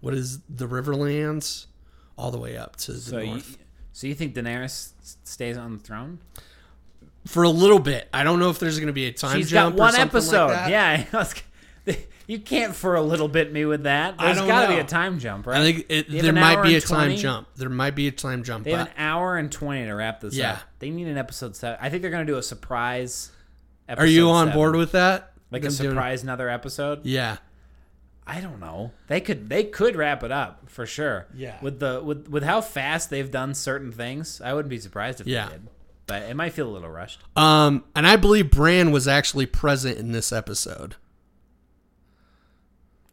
Speaker 1: what is the Riverlands? All the way up to the
Speaker 2: So you,
Speaker 1: north.
Speaker 2: so you think Daenerys s- stays on the throne?
Speaker 1: for a little bit. I don't know if there's going to be a time
Speaker 2: She's got
Speaker 1: jump.
Speaker 2: one
Speaker 1: or something
Speaker 2: episode.
Speaker 1: Like that.
Speaker 2: yeah. I was g- you can't for a little bit me with that. There's
Speaker 1: don't
Speaker 2: got to be
Speaker 1: know.
Speaker 2: a time jump, right?
Speaker 1: I think it,
Speaker 2: have
Speaker 1: there
Speaker 2: an
Speaker 1: might
Speaker 2: hour
Speaker 1: be
Speaker 2: and
Speaker 1: a time
Speaker 2: 20?
Speaker 1: jump. There might be a time jump.
Speaker 2: they have
Speaker 1: but
Speaker 2: an hour and 20 to wrap this
Speaker 1: Yeah.
Speaker 2: up. They need an episode seven. I think they're going to do a surprise episode.
Speaker 1: are you on
Speaker 2: seven.
Speaker 1: board with that?
Speaker 2: Like a
Speaker 1: Them doing-
Speaker 2: surprise another episode?
Speaker 1: Yeah.
Speaker 2: I don't know. They could they could wrap it up for sure.
Speaker 1: Yeah.
Speaker 2: With the with with how fast they've done certain things, I wouldn't be surprised if
Speaker 1: Yeah.
Speaker 2: they did. But it might feel a little rushed.
Speaker 1: Um, and I believe Bran was actually present in this episode.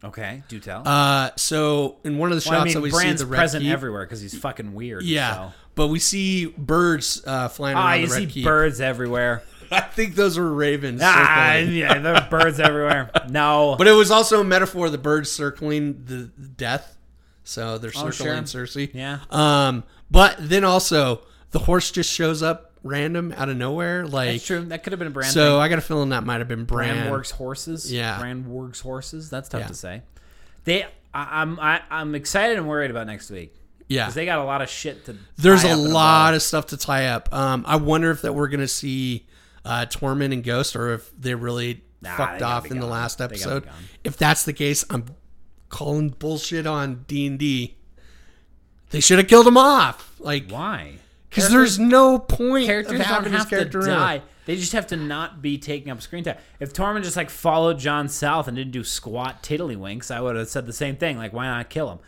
Speaker 2: Okay, do tell.
Speaker 1: Uh, so in one of the shots
Speaker 2: Well, I mean,
Speaker 1: that we
Speaker 2: Bran's
Speaker 1: see the red
Speaker 2: present
Speaker 1: keep,
Speaker 2: everywhere because he's fucking weird.
Speaker 1: Yeah,
Speaker 2: so.
Speaker 1: but we see birds uh, flying
Speaker 2: Ah,
Speaker 1: around
Speaker 2: you
Speaker 1: the red
Speaker 2: see
Speaker 1: keep.
Speaker 2: birds everywhere.
Speaker 1: I think those were ravens.
Speaker 2: Ah,
Speaker 1: circling.
Speaker 2: yeah, there are birds everywhere. No,
Speaker 1: But it was also a metaphor of the birds circling the death. So they're
Speaker 2: Oh,
Speaker 1: circling
Speaker 2: sure.
Speaker 1: Cersei.
Speaker 2: Yeah.
Speaker 1: Um, but then also the horse just shows up random out of nowhere. Like
Speaker 2: it's true. That could have been a brand.
Speaker 1: so I got a feeling that might have been Bran.
Speaker 2: Brand works horses.
Speaker 1: Yeah.
Speaker 2: Brand works horses. That's tough
Speaker 1: Yeah.
Speaker 2: to say. They, I, I'm, I, I'm excited and worried about next week
Speaker 1: Yeah.
Speaker 2: because they got a lot of shit to.
Speaker 1: There's
Speaker 2: tie
Speaker 1: a
Speaker 2: up in
Speaker 1: lot of stuff to tie up. Um, I wonder if that we're gonna see uh, Tormund and Ghost, or if they really
Speaker 2: Nah, they
Speaker 1: fucked
Speaker 2: gotta
Speaker 1: off
Speaker 2: be
Speaker 1: in the
Speaker 2: gone.
Speaker 1: last
Speaker 2: They gotta be
Speaker 1: episode.
Speaker 2: gone.
Speaker 1: If that's the case, I'm calling bullshit on D and D. They should have killed him off. Like
Speaker 2: Why?
Speaker 1: Because there's no point
Speaker 2: characters
Speaker 1: of having
Speaker 2: don't
Speaker 1: his
Speaker 2: have
Speaker 1: character
Speaker 2: to
Speaker 1: around.
Speaker 2: die. They just have to not be taking up screen time. If Tormund just like followed John South and didn't do squat tiddlywinks, I would have said the same thing. Like, why not kill him?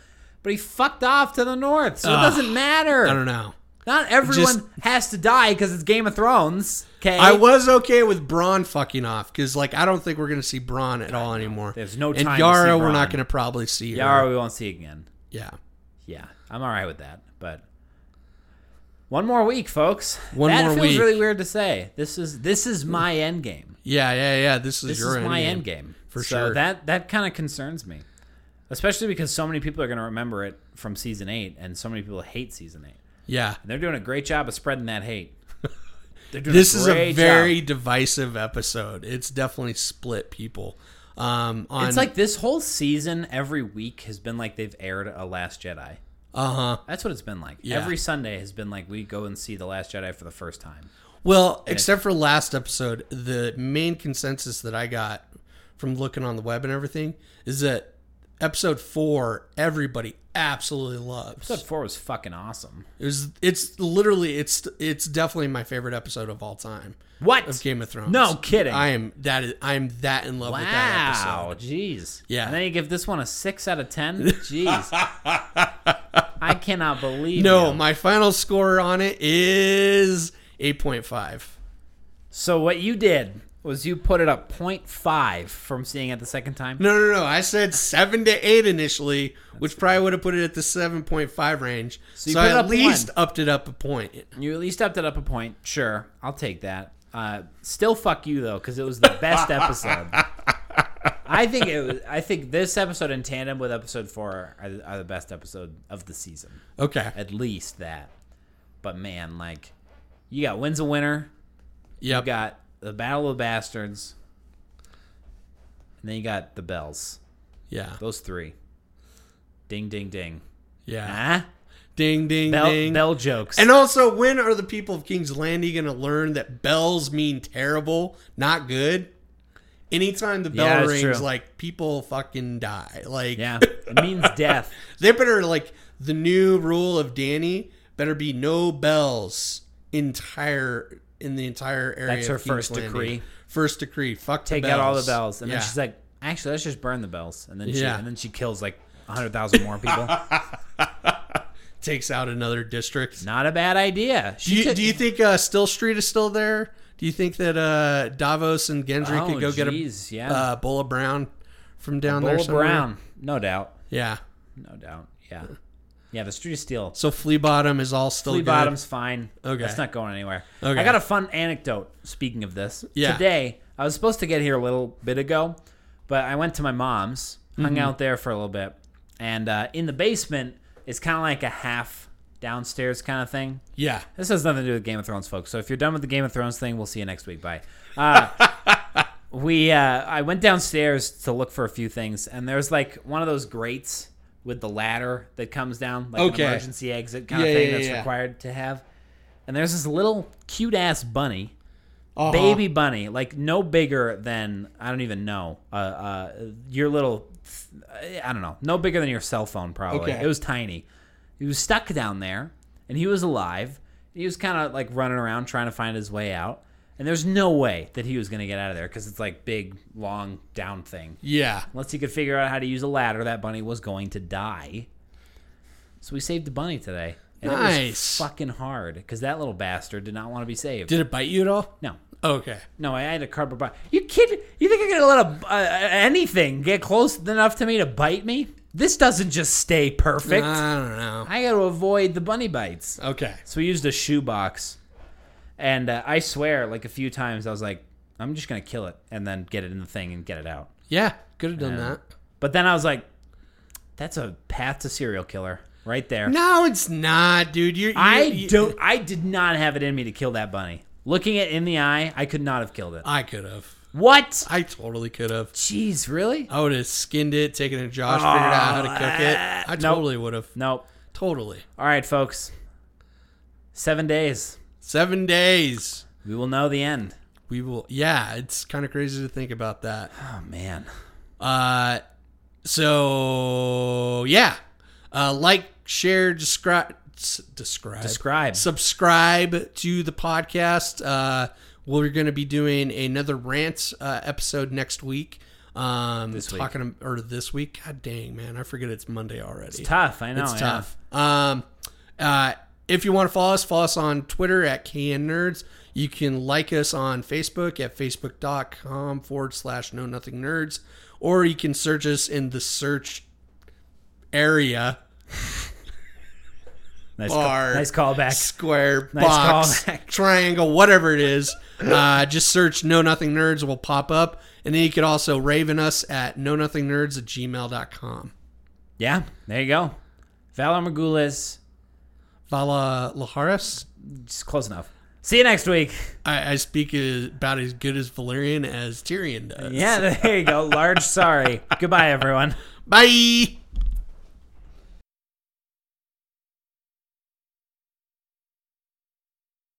Speaker 2: But he fucked off to the north, so it doesn't matter.
Speaker 1: I don't know.
Speaker 2: Not everyone
Speaker 1: Just-
Speaker 2: has to die because it's Game of Thrones. Okay,
Speaker 1: I was okay with Braun fucking off because, like, I don't think we're gonna see Braun at all anymore.
Speaker 2: There's no
Speaker 1: and
Speaker 2: time to
Speaker 1: Yara,
Speaker 2: see
Speaker 1: we're
Speaker 2: Bronn.
Speaker 1: not gonna probably see her.
Speaker 2: Yara, we won't see again.
Speaker 1: Yeah,
Speaker 2: Yeah, I'm all right with that. But one more week, folks.
Speaker 1: One
Speaker 2: that
Speaker 1: more
Speaker 2: feels
Speaker 1: week.
Speaker 2: really weird to say. This is this is my end game.
Speaker 1: yeah, yeah, yeah. This is
Speaker 2: This
Speaker 1: your
Speaker 2: is
Speaker 1: end
Speaker 2: my
Speaker 1: game.
Speaker 2: end game
Speaker 1: For
Speaker 2: so
Speaker 1: sure.
Speaker 2: That that kind of concerns me, especially because so many people are going to remember it from season eight, and so many people hate season eight.
Speaker 1: Yeah,
Speaker 2: And they're doing a great job of spreading that hate. They're doing
Speaker 1: this is a
Speaker 2: great
Speaker 1: very
Speaker 2: job.
Speaker 1: divisive episode. It's definitely split people. Um, on
Speaker 2: It's like this whole season, every week has been like they've aired a Last Jedi.
Speaker 1: uh huh.
Speaker 2: That's what it's been like.
Speaker 1: Yeah.
Speaker 2: Every Sunday has been like we go and see the Last Jedi for the first time.
Speaker 1: Well, except for last episode, the main consensus that I got from looking on the web and everything is that episode four, everybody absolutely loves.
Speaker 2: Episode four was fucking awesome.
Speaker 1: It was, it's literally, it's, it's definitely my favorite episode of all time
Speaker 2: What?
Speaker 1: of Game of Thrones.
Speaker 2: No kidding.
Speaker 1: I am that is, I am that in love with that
Speaker 2: wow,
Speaker 1: episode.
Speaker 2: jeez.
Speaker 1: Yeah.
Speaker 2: And then you give this one a six out of ten. Jeez. I cannot believe.
Speaker 1: No,
Speaker 2: you.
Speaker 1: my final score on it is eight point five.
Speaker 2: So what you did was you put it up 0.5 from seeing it the second time.
Speaker 1: No, no, no. I said seven to eight initially, which probably would have put it at the seven point five range. So,
Speaker 2: you
Speaker 1: I
Speaker 2: put it
Speaker 1: at
Speaker 2: up
Speaker 1: least upped it up a point.
Speaker 2: You at least upped it up a point. Sure, I'll take that. Uh, still, fuck you though, because it was the best episode. I think it was. I think this episode in tandem with episode four are, are the best episode of the season.
Speaker 1: Okay.
Speaker 2: At least that. But man, like, you got wins a winner. You
Speaker 1: Yep.
Speaker 2: got the Battle of the Bastards, and then you got the bells.
Speaker 1: yeah.
Speaker 2: Those three. Ding, ding, ding.
Speaker 1: Yeah.
Speaker 2: Ah,
Speaker 1: Ding, ding,
Speaker 2: bell,
Speaker 1: ding.
Speaker 2: bell jokes.
Speaker 1: And also, when are the people of King's Landing going to learn that bells mean terrible, not good? Anytime the bell
Speaker 2: Yeah, that's
Speaker 1: rings,
Speaker 2: true.
Speaker 1: like people fucking die. Like,
Speaker 2: yeah, it means death.
Speaker 1: they better like the new rule of Danny better be no bells entire in the entire area.
Speaker 2: That's
Speaker 1: of
Speaker 2: her
Speaker 1: King's
Speaker 2: first
Speaker 1: Landing.
Speaker 2: decree.
Speaker 1: First decree. Fuck.
Speaker 2: take
Speaker 1: the
Speaker 2: out all the
Speaker 1: bells.
Speaker 2: bells, and
Speaker 1: yeah.
Speaker 2: then she's like, "Actually, let's just burn the bells." And then she
Speaker 1: Yeah.
Speaker 2: and then she kills like hundred thousand more people.
Speaker 1: takes out another district.
Speaker 2: Not a bad idea. She
Speaker 1: Do you,
Speaker 2: could-
Speaker 1: do you think uh, Still Street is still there? Do you think that uh, Davos and Gendry
Speaker 2: Oh,
Speaker 1: could go get a
Speaker 2: jeez, yeah.
Speaker 1: uh, bowl of brown from down there?
Speaker 2: Bull
Speaker 1: somewhere?
Speaker 2: Brown? No doubt,
Speaker 1: Yeah.
Speaker 2: no doubt. Yeah, yeah. The Street of Steel.
Speaker 1: So Flea Bottom is all still
Speaker 2: Flea
Speaker 1: good.
Speaker 2: Bottom's fine.
Speaker 1: Okay.
Speaker 2: that's not going anywhere.
Speaker 1: Okay.
Speaker 2: I got a fun anecdote. Speaking of this,
Speaker 1: Yeah.
Speaker 2: today I was supposed to get here a little bit ago, but I went to my mom's, hung
Speaker 1: Mm-hmm.
Speaker 2: out there for a little bit, and uh, in the basement is kind of like a half downstairs kind of thing.
Speaker 1: Yeah.
Speaker 2: This has nothing to do with Game of Thrones, folks. So if you're done with the Game of Thrones thing, we'll see you next week. Bye. Uh, we uh, I went downstairs to look for a few things, and there's like one of those grates with the ladder that comes down, like
Speaker 1: Okay.
Speaker 2: an emergency exit kind
Speaker 1: Yeah,
Speaker 2: of thing
Speaker 1: yeah,
Speaker 2: that's
Speaker 1: yeah.
Speaker 2: required to have. And there's this little cute ass bunny,
Speaker 1: Uh-huh.
Speaker 2: baby bunny, like no bigger than I don't even know, uh, uh, your little, I don't know, no bigger than your cell phone probably.
Speaker 1: Okay.
Speaker 2: It was tiny. He was stuck down there, and he was alive. He was kind of like running around trying to find his way out. And there's no way that he was going to get out of there because it's like big, long down thing.
Speaker 1: Yeah.
Speaker 2: Unless he could figure out how to use a ladder, that bunny was going to die. So we saved the bunny today. And it was
Speaker 1: Nice.
Speaker 2: fucking hard because that little bastard did not want to be saved.
Speaker 1: Did it bite you at all?
Speaker 2: no,
Speaker 1: Okay.
Speaker 2: no, I had a cardboard box. You kid? You think I'm gonna let a, uh, anything get close enough to me to bite me? This doesn't just stay perfect.
Speaker 1: I don't know.
Speaker 2: I gotta avoid the bunny bites.
Speaker 1: Okay.
Speaker 2: So we used a shoebox, and uh, I swear, like a few times, I was like, I'm just gonna kill it and then get it in the thing and get it out.
Speaker 1: Yeah. Could have done
Speaker 2: Yeah.
Speaker 1: that.
Speaker 2: But then I was like, that's a path to serial killer right there.
Speaker 1: No, it's not, dude. You're, you
Speaker 2: I
Speaker 1: you-
Speaker 2: don't. I did not have it in me to kill that bunny. Looking it in the eye, I could not have killed it.
Speaker 1: I could have.
Speaker 2: What?
Speaker 1: I totally could have.
Speaker 2: Jeez, really?
Speaker 1: I would have skinned it, taken it to Josh, figured out how to cook it. I
Speaker 2: Ah, nope.
Speaker 1: totally would have.
Speaker 2: Nope.
Speaker 1: Totally.
Speaker 2: All right, folks. Seven days.
Speaker 1: Seven days.
Speaker 2: We will know the end.
Speaker 1: We will. Yeah, it's kind of crazy to think about that.
Speaker 2: Oh man.
Speaker 1: Uh, so yeah, uh, like, share, describe, describe,
Speaker 2: Describe.
Speaker 1: subscribe to the podcast. Uh, we're going to be doing another rant uh, episode next week. Um,
Speaker 2: This week.
Speaker 1: talking or this
Speaker 2: Oh,
Speaker 1: week. God dang, man, I forget it's Monday already.
Speaker 2: Tough, I know.
Speaker 1: It's
Speaker 2: yeah.
Speaker 1: tough. Um, uh, If you want to follow us, follow us on Twitter at KN Nerds. You can like us on Facebook at facebook.com forward slash know nothing nerds, or you can search us in the search area
Speaker 2: Nice,
Speaker 1: Bar.
Speaker 2: call, nice callback.
Speaker 1: square
Speaker 2: Nice
Speaker 1: box
Speaker 2: callback.
Speaker 1: triangle whatever it is uh, just search know nothing nerds will pop up and then you could also raven us at know nothing nerds at gmail.com
Speaker 2: Yeah, there you go. Valor Magulis.
Speaker 1: vala laharis
Speaker 2: It's close enough. See you next week.
Speaker 1: I, I speak as, about as good as valerian as tyrion does
Speaker 2: Yeah, there you go. Large sorry. Goodbye, everyone.
Speaker 1: bye